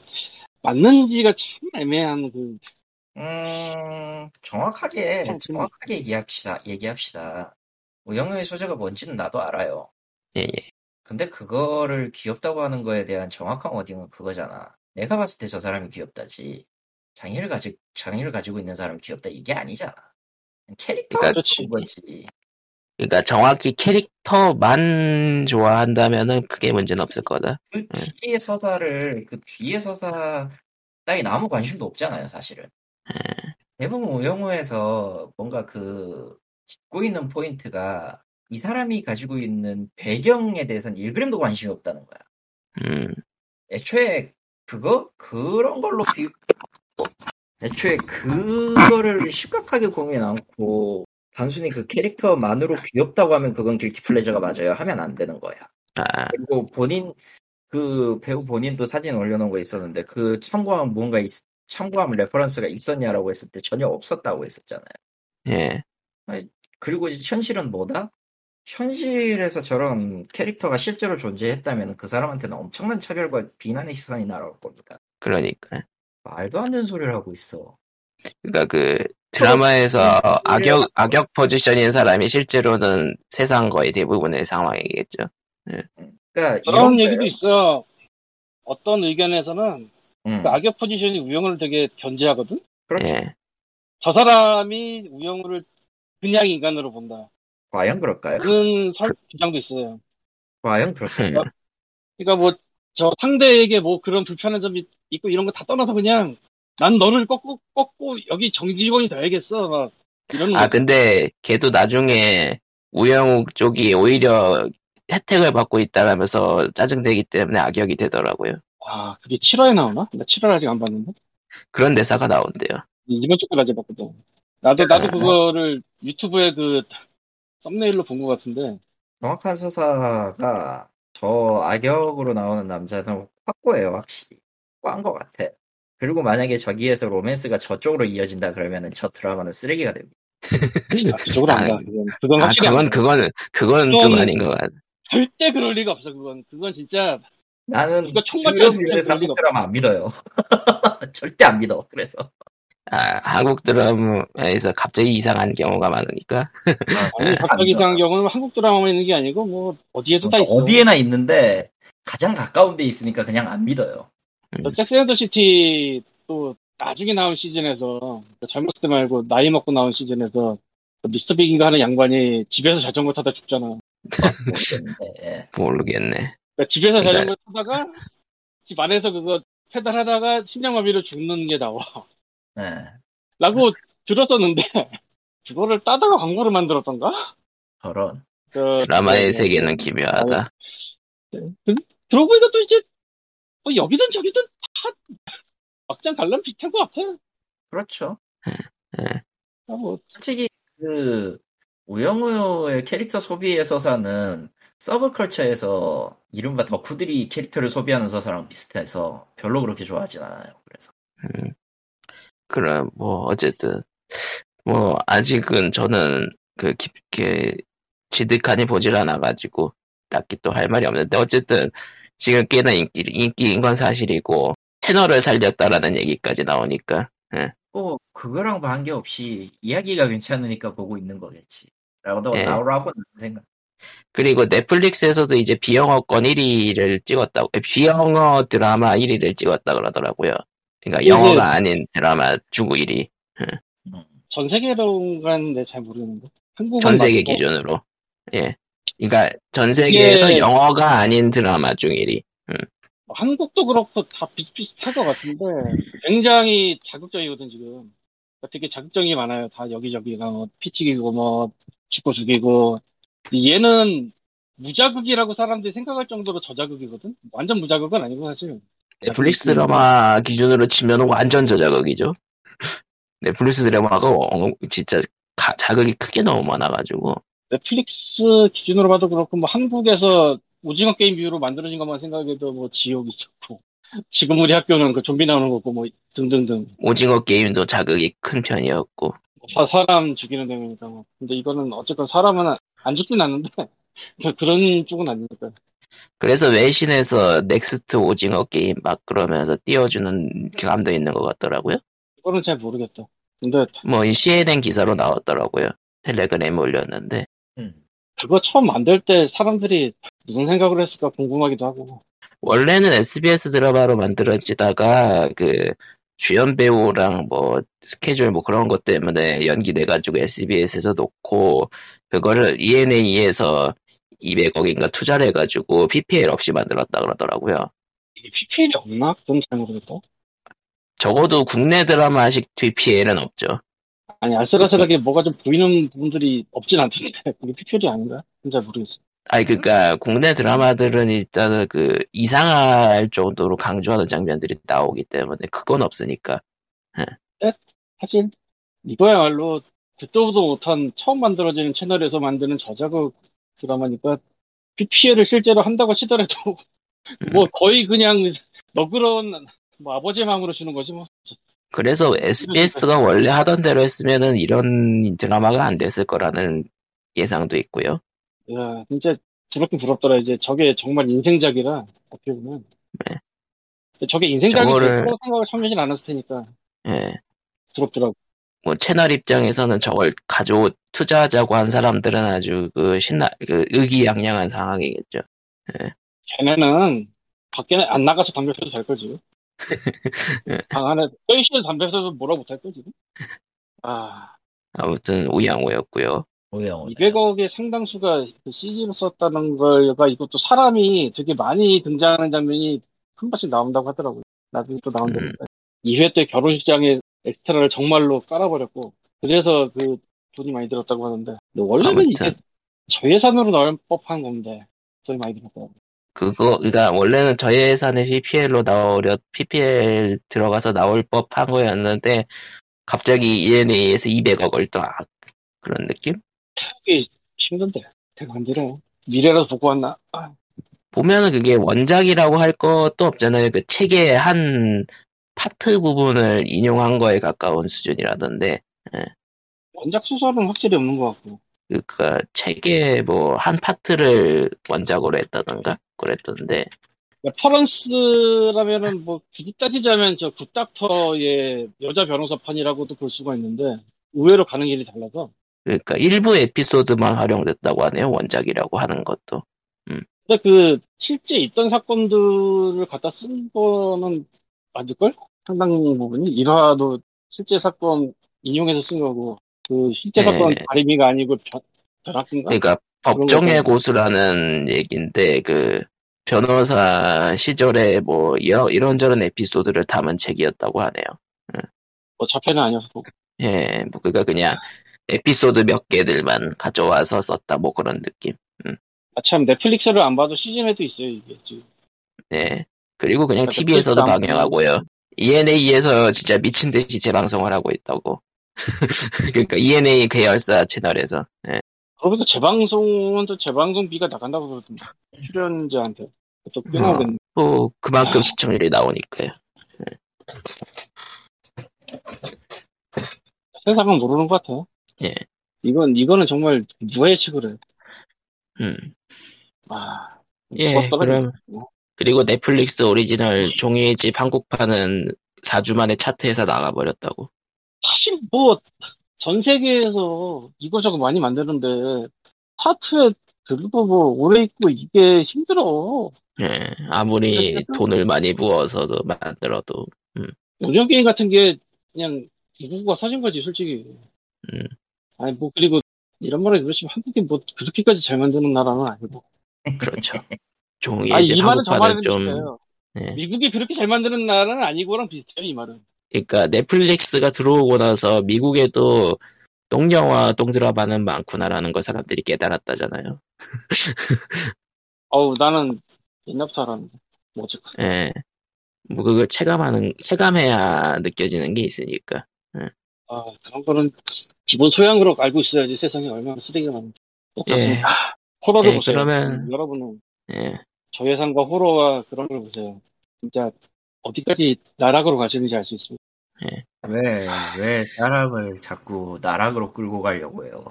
맞는지가 참 애매한 그, 음, 정확하게, 어, 정확하게 얘기합시다. 얘기합시다. 우영우의 소재가 뭔지는 나도 알아요. 예, 예. 근데 그거를 귀엽다고 하는 거에 대한 정확한 워딩은 그거잖아. 내가 봤을 때 저 사람이 귀엽다지. 장애를 가지, 장애를 가지고 있는 사람이 귀엽다. 이게 아니잖아. 캐릭터가 그러니까- 좋은 거지. 그러니까 정확히 캐릭터만 좋아한다면은 크게 문제는 없을 거다. 그 뒤에 서사를, 그 뒤에 서사 따윈 아무 관심도 없잖아요, 사실은. 대부분 우영우에서 뭔가 그 짚고 있는 포인트가 이 사람이 가지고 있는 배경에 대해서는 1그램도 관심이 없다는 거야. 음, 애초에 그거 그런 걸로 비 애초에 그거를 심각하게 고민 않고 단순히 그 캐릭터만으로 귀엽다고 하면 그건 길티 플레저가 맞아요. 하면 안 되는 거야. 아, 그리고 본인 그 배우 본인도 사진 올려놓은 거 있었는데 그 참고한 뭔가 있- 참고한 레퍼런스가 있었냐라고 했을 때 전혀 없었다고 했었잖아요. 예, 그리고 이제 현실은 뭐다? 현실에서 저런 캐릭터가 실제로 존재했다면 그 사람한테는 엄청난 차별과 비난의 시선이 날아올 겁니다. 그러니까. 말도 안 되는 소리를 하고 있어. 그러니까 그 드라마에서 네. 악역 악역 포지션인 사람이 실제로는 세상 거의 대부분의 상황이겠죠. 그러니까 그런 이런 얘기도 거예요. 있어. 어떤 의견에서는 음, 그 악역 포지션이 우영우를 되게 견제하거든? 그렇죠. 예, 저 사람이 우영우를 그냥 인간으로 본다. 과연 그럴까요? 그런 설 주장도 있어요. 과연 그럴까요? 그러니까 뭐 저 상대에게 뭐 그런 불편한 점이 있고 이런 거 다 떠나서 그냥 난 너를 꺾고 꺾고 여기 정직원이 돼야겠어 막 이런 아 거. 근데 걔도 나중에 우영우 쪽이 오히려 혜택을 받고 있다라면서 짜증내기 때문에 악역이 되더라고요. 아 그게 7화에 나오나? 나 7화 아직 안 봤는데 그런 대사가 나온대요. 이번 주까지 아직 봤거든. 나도 나도 아. 그거를 유튜브에 그 썸네일로 본 것 같은데 정확한 서사가 저 악역으로 나오는 남자는 확고해요, 확실히. 확고한 것 같아. 그리고 만약에 저기에서 로맨스가 저쪽으로 이어진다 그러면은 저 드라마는 쓰레기가 됩니다. 아, 그쪽으로 아, 안가 그건 그건 아 확실히 그건 안 가. 그건 그건 좀 좀- 아닌 것 같아. 절대 그럴 리가 없어 그건 그건 진짜 나는 이거 총 맞춰야 그런 되는 일에서 논리가 한국 드라마 안 믿어요. 절대 안 믿어. 그래서. 아, 한국 드라마에서 갑자기 이상한 경우가 많으니까. 아니 안 갑자기 믿어. 이상한 경우는 한국 드라마만 있는 게 아니고 뭐 어디에도 다 있어. 어디에나 있는데 가장 가까운 데 있으니까 그냥 안 믿어요. 음. 뭐 섹스 앤더 시티 또 나중에 나온 시즌에서 그 잘못된 말고 나이 먹고 나온 시즌에서 그 미스터 빅인가 하는 양반이 집에서 자전거 타다 죽잖아. 모르겠는데, 예. 모르겠네. 그러니까 집에서 그러니까- 자전거 타다가 집 안에서 그거 페달하다가 심장마비로 죽는 게 나와. 예. 라고 들었었는데 그거를 따다가 광고를 만들었던가? 저런. 그- 드라마의 그- 세계는 기묘하다. 그- 들어보고 보니까 또 이제 뭐 여기든 저기든 다 막장 관람 비슷한 것 같아. 그렇죠. 예. 아, 뭐 솔직히 그 우영우의 캐릭터 소비의 서사는 서브컬처에서 이른바 덕후들이 캐릭터를 소비하는 서사랑 비슷해서 별로 그렇게 좋아하진 않아요. 그래서 음. 그럼 뭐 어쨌든 뭐 아직은 저는 그 깊게 지득하니 보질 않아가지고 딱히 또 할 말이 없는데 어쨌든 지금 꽤나 인기 인기인 건 사실이고 채널을 살렸다라는 얘기까지 나오니까 뭐 그거랑 관계 없이 이야기가 괜찮으니까 보고 있는 거겠지. 라고 예. 나오라고 는 생각. 그리고 넷플릭스에서도 이제 비영어권 1위를 찍었다고 비영어 드라마 1위를 찍었다 그러더라고요. 그러니까 이게- 영어가 아닌 드라마 중국 1위 전 세계로 가는데 잘 모르는데. 한국은 전 세계 맞고. 기준으로 예. 그러니까 전 세계에서 이게- 영어가 아닌 드라마 중 1위. 뭐, 한국도 그렇고 다 비슷비슷할 것 같은데 굉장히 자극적이거든 지금 그러니까 되게 자극적이 많아요 다 여기저기가 뭐 피튀기고 뭐 죽고 죽이고 얘는 무자극이라고 사람들이 생각할 정도로 저자극이거든 완전 무자극은 아니고 사실 넷플릭스 드라마 기준으로 치면 완전 저자극이죠. 넷플릭스 드라마가 어, 진짜 가- 자극이 크게 너무 많아가지고 넷플릭스 기준으로 봐도 그렇고 뭐 한국에서 오징어 게임 이후로 만들어진 것만 생각해도 뭐 지옥 있었고 지금 우리 학교는 그 좀비 나오는 거고 뭐 등등등 오징어 게임도 자극이 큰 편이었고 사, 사람 죽이는 내용이니까 뭐. 근데 이거는 어쨌건 사람은 안 죽진 않는데 그- 그런 쪽은 아니니까 그래서 외신에서 넥스트 오징어 게임 막 그러면서 띄워주는 그 감도 있는 것 같더라고요. 그거는 잘 모르겠다 근데 뭐이 CNN 기사로 나왔더라고요. 텔레그램에 올렸는데 음. 그거 처음 만들 때 사람들이 무슨 생각을 했을까 궁금하기도 하고 원래는 SBS 드라마로 만들어지다가 그 주연 배우랑 뭐 스케줄 뭐 그런 것 때문에 연기돼가지고 SBS에서 놓고 그거를 E ENA에서 200억인가 투자를 해가지고 PPL 없이 만들었다 그러더라고요. 이게 PPL이 없나? 그건 잘 모르겠다 적어도 국내 드라마식 PPL은 없죠. 아니 아슬아슬하게 뭐가 좀 보이는 부분들이 없진 않던데 그게 PPL이 아닌가? 그건 잘 모르겠어 아니 그러니까 국내 드라마들은 일단은 그 이상할 정도로 강조하는 장면들이 나오기 때문에 그건 없으니까 사실 이거야말로 듣도 보도 못한 처음 만들어지는 채널에서 만드는 저자극 드라마니까 PPL을 실제로 한다고 치더라도 뭐 음. 거의 그냥 너그러운 뭐 아버지 마음으로 주는 거지 뭐. 그래서 SBS가 원래 하던 대로 했으면은 이런 드라마가 안 됐을 거라는 예상도 있고요. 야 진짜 부럽긴 부럽더라 이제 저게 정말 인생작이라 어떻게 보면. 네. 근데 저게 인생작이 저거를- 됐다고 생각을 참여진 않았을 테니까 예. 부럽더라고. 뭐 채널 입장에서는 저걸 가져 투자하자고 한 사람들은 아주 그 신나 그 의기양양한 상황이겠죠. 걔네는 밖에 안 나가서 담배 피워도 될 거지. 방 안에 페이실 담배 피워도 뭐라 못할 거지. 아 아무튼 우양우였고요. 뭐야, 200억의 상당수가 CG로 썼다는 걸가 이것도 사람이 되게 많이 등장하는 장면이 한 번씩 나온다고 하더라고요. 나중에 또 나온다고. 음. 2회 때 결혼식장에 엑스트라를 정말로 깔아버렸고 그래서 그 돈이 많이 들었다고 하는데 근데 원래는 이게 아무튼. 저 예산으로 나올 법한 건데 돈이 많이 들었다고. 그거 그러니까 원래는 저희 예산에 PPL로 나오려 PPL 들어가서 나올 법한 거였는데 갑자기 E ENA에서 200억을 또 아- 그런 느낌? 태국이 힘든데 대가 안 되네. 미래라도 보고 왔나? 아, 보면은 그게 원작이라고 할 것도 없잖아요. 그 책의 한 파트 부분을 인용한 거에 가까운 수준이라던데, 원작 소설은 확실히 없는 것 같고 그니까 책의 뭐 한 파트를 원작으로 했다던가 그랬던데, 퍼런스라면은 그러니까 뭐 굳이 따지자면 저 굿닥터의 여자 변호사판이라고도 볼 수가 있는데 의외로 가는 길이 달라서 그니까 그러니까 일부 에피소드만 활용됐다고 하네요. 원작이라고 하는 것도. 근데 그 실제 있던 사건들을 갖다 쓴 거는 맞을걸? 상당 부분이 일화도 실제 사건 인용해서 쓴 거고 그 실제 네. 사건 다리미가 아니고 변, 변학인가? 그러니까 아, 그런 법정의 거죠. 고수라는 얘기인데, 그 변호사 시절에 뭐 이런- 이런저런 에피소드를 담은 책이었다고 하네요. 뭐 자폐는 아니어서 보고 예, 뭐, 그니까 그냥 에피소드 몇 개들만 가져와서 썼다, 뭐 그런 느낌. 아, 참 넷플릭스를 안 봐도 시즌에도 있어요 이게 지금 예. 그리고 그냥 그러니까 TV에서도 넷플릭스 안 방영하고요. ENA에서 진짜 미친 E 듯이 재방송을 하고 있다고. 그러니까 ENA 계열사 채널에서. 예. 그러고서 재방송은 또 재방송비가 나간다고 그러던데 출연자한테 또 끊어야겠네. 뭐 그만큼 시청률이 나오니까요. 세상은 모르는 것 같아요. 예. 이건 이거는 정말 무해측을 해. 음. 아. 예, 죽었다가 그럼. 죽었구나. 그리고 넷플릭스 오리지널 종이의 집 한국판은 4주 만에 차트에서 나가버렸다고. 사실 뭐 전 세계에서 이거저거 많이 만드는데 차트에 들고 뭐 오래 있고 이게 힘들어. 예, 아무리 돈을 많이 부어서도 만들어도. 오디오 게임 같은 게 그냥 누구가 사준 거지 솔직히. 음. 아니 뭐 그리고 이런 말은 그렇지만 한국이 뭐 그렇게까지 잘 만드는 나라는 아니고. 그렇죠. 아니 종이의 집 이 말은 저 말은 한국판은 좀. 비슷해요. 예. 미국이 그렇게 잘 만드는 나라는 아니고랑 비슷해요 이 말은. 그러니까 넷플릭스가 들어오고 나서 미국에도 똥영화, 똥드라마는 많구나라는 걸 사람들이 깨달았다잖아요. 어우 나는 옛날부터 알았는데 뭐 어쨌건 예. 뭐 그걸 체감하는 체감해야 느껴지는 게 있으니까. 아 그런 거는 기본 소양으로 알고 있어야지 세상에 얼마나 쓰레기가 많은지 예. 똑같습니다 아, 호러를 예, 보세요 음, 그러면- 여러분은 예. 저예산과 호러와 그런 걸 보세요 진짜 어디까지 나락으로 가시는지 알 수 있습니다 왜, 왜 사람을 자꾸 나락으로 끌고 가려고 해요?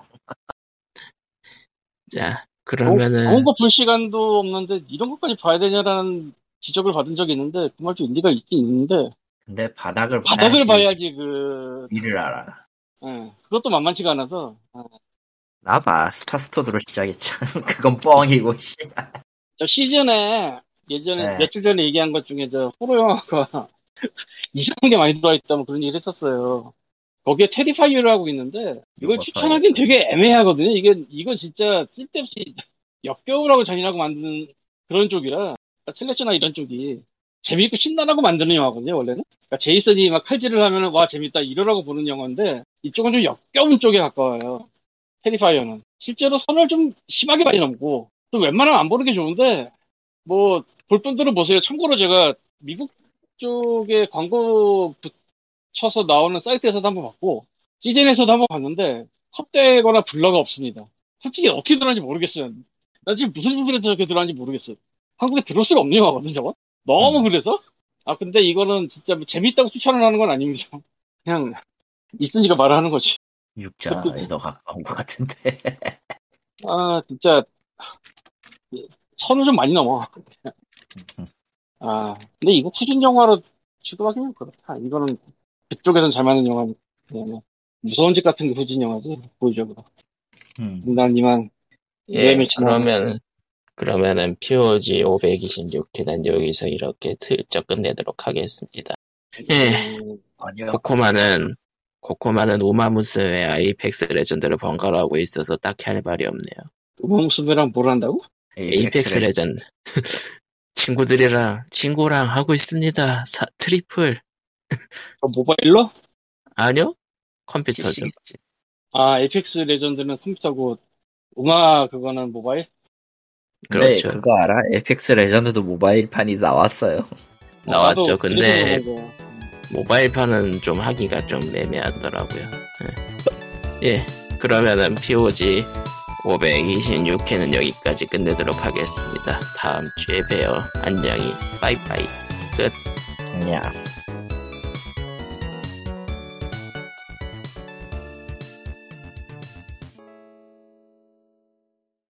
자, 좋은 그러면은 거 어, 볼 시간도 없는데 이런 것까지 봐야 되냐라는 지적을 받은 적이 있는데 그 말도 일리가 있긴 있는데 근데 바닥을 봐야지 바닥을 봐야지 그 위를 알아. 예, 그것도 만만치가 않아서 아, 나 봐, 스타스토드로 시작했잖아. 그건 뻥이고, 씨. 저 시즌에 예전에 네. 며칠 전에 얘기한 것 중에 저 호러 영화가 이상한 게 많이 들어와 있다 뭐 그런 얘기를 했었어요. 거기에 테리파이어라고 있는데 이걸 이거 추천하긴 봐야겠다. 되게 애매하거든요. 이게 이건 진짜 쓸데없이 역겨우라고 잔인하고 만드는 그런 쪽이라 슬래셔나 이런 쪽이 재미있고 신나라고 만드는 영화거든요 원래는. 그러니까 제이슨이 막 칼질을 하면 와 재밌다 이러라고 보는 영화인데 이쪽은 좀 역겨운 쪽에 가까워요. 테리파이어는 실제로 선을 좀 심하게 많이 넘고 또 웬만하면 안 보는 게 좋은데 뭐 볼 분들은 보세요. 참고로 제가 미국 쪽에 광고 붙여서 나오는 사이트에서도 한번 봤고 시즌에서도 한번 봤는데 컵대거나 블러가 없습니다. 솔직히 어떻게 들어왔는지 모르겠어요. 나 지금 무슨 부분에서 저렇게 들어왔는지 모르겠어요. 한국에 들어올 수가 없는 영화거든요, 저건. 너무 음. 그래서? 아, 근데 이거는 진짜 뭐 재밌다고 추천을 하는 건 아닙니다. 그냥, 있으니까 말하는 거지. 육자에 더 가까운 것 같은데. 아, 진짜, 선을 좀 많이 넘어. 아, 근데 이거 후진 영화로 취급하기는 그렇다. 이거는 그쪽에선 잘 맞는 영화니까. 그냥 무서운 짓 같은 게 후진 영화지, 보이적으로. 음. 난 이만, 예, 예매 지나- 그러면 그러면은 POG 526회는 여기서 이렇게 슬쩍 끝내도록 하겠습니다. 예. 음, 아니요. 코코마는 코코마는 우마무스의 아이펙스 레전드를 번갈아 하고 있어서 딱히 할 말이 없네요. 우마무스메랑 뭘 한다고? 예, 에이펙스 레- 레전드 친구들이랑 친구랑 하고 있습니다. 사- 트리플 어, 모바일로? 아니요 컴퓨터죠. PC겠지. 아, 에이펙스 레전드는 컴퓨터고, 우마 그거는 모바일? 네, 그렇죠. 그거 알아? 에이펙스 레전드도 모바일판이 나왔어요. 어, 나왔죠. 나도 근데- 그래서 그런 거고. 모바일판은 좀 하기가 좀 애매하더라고요. 예. 예, 그러면은 POG 526회는 여기까지 끝내도록 하겠습니다. 다음 주에 봬요. 안녕히, 빠이빠이. 그냥.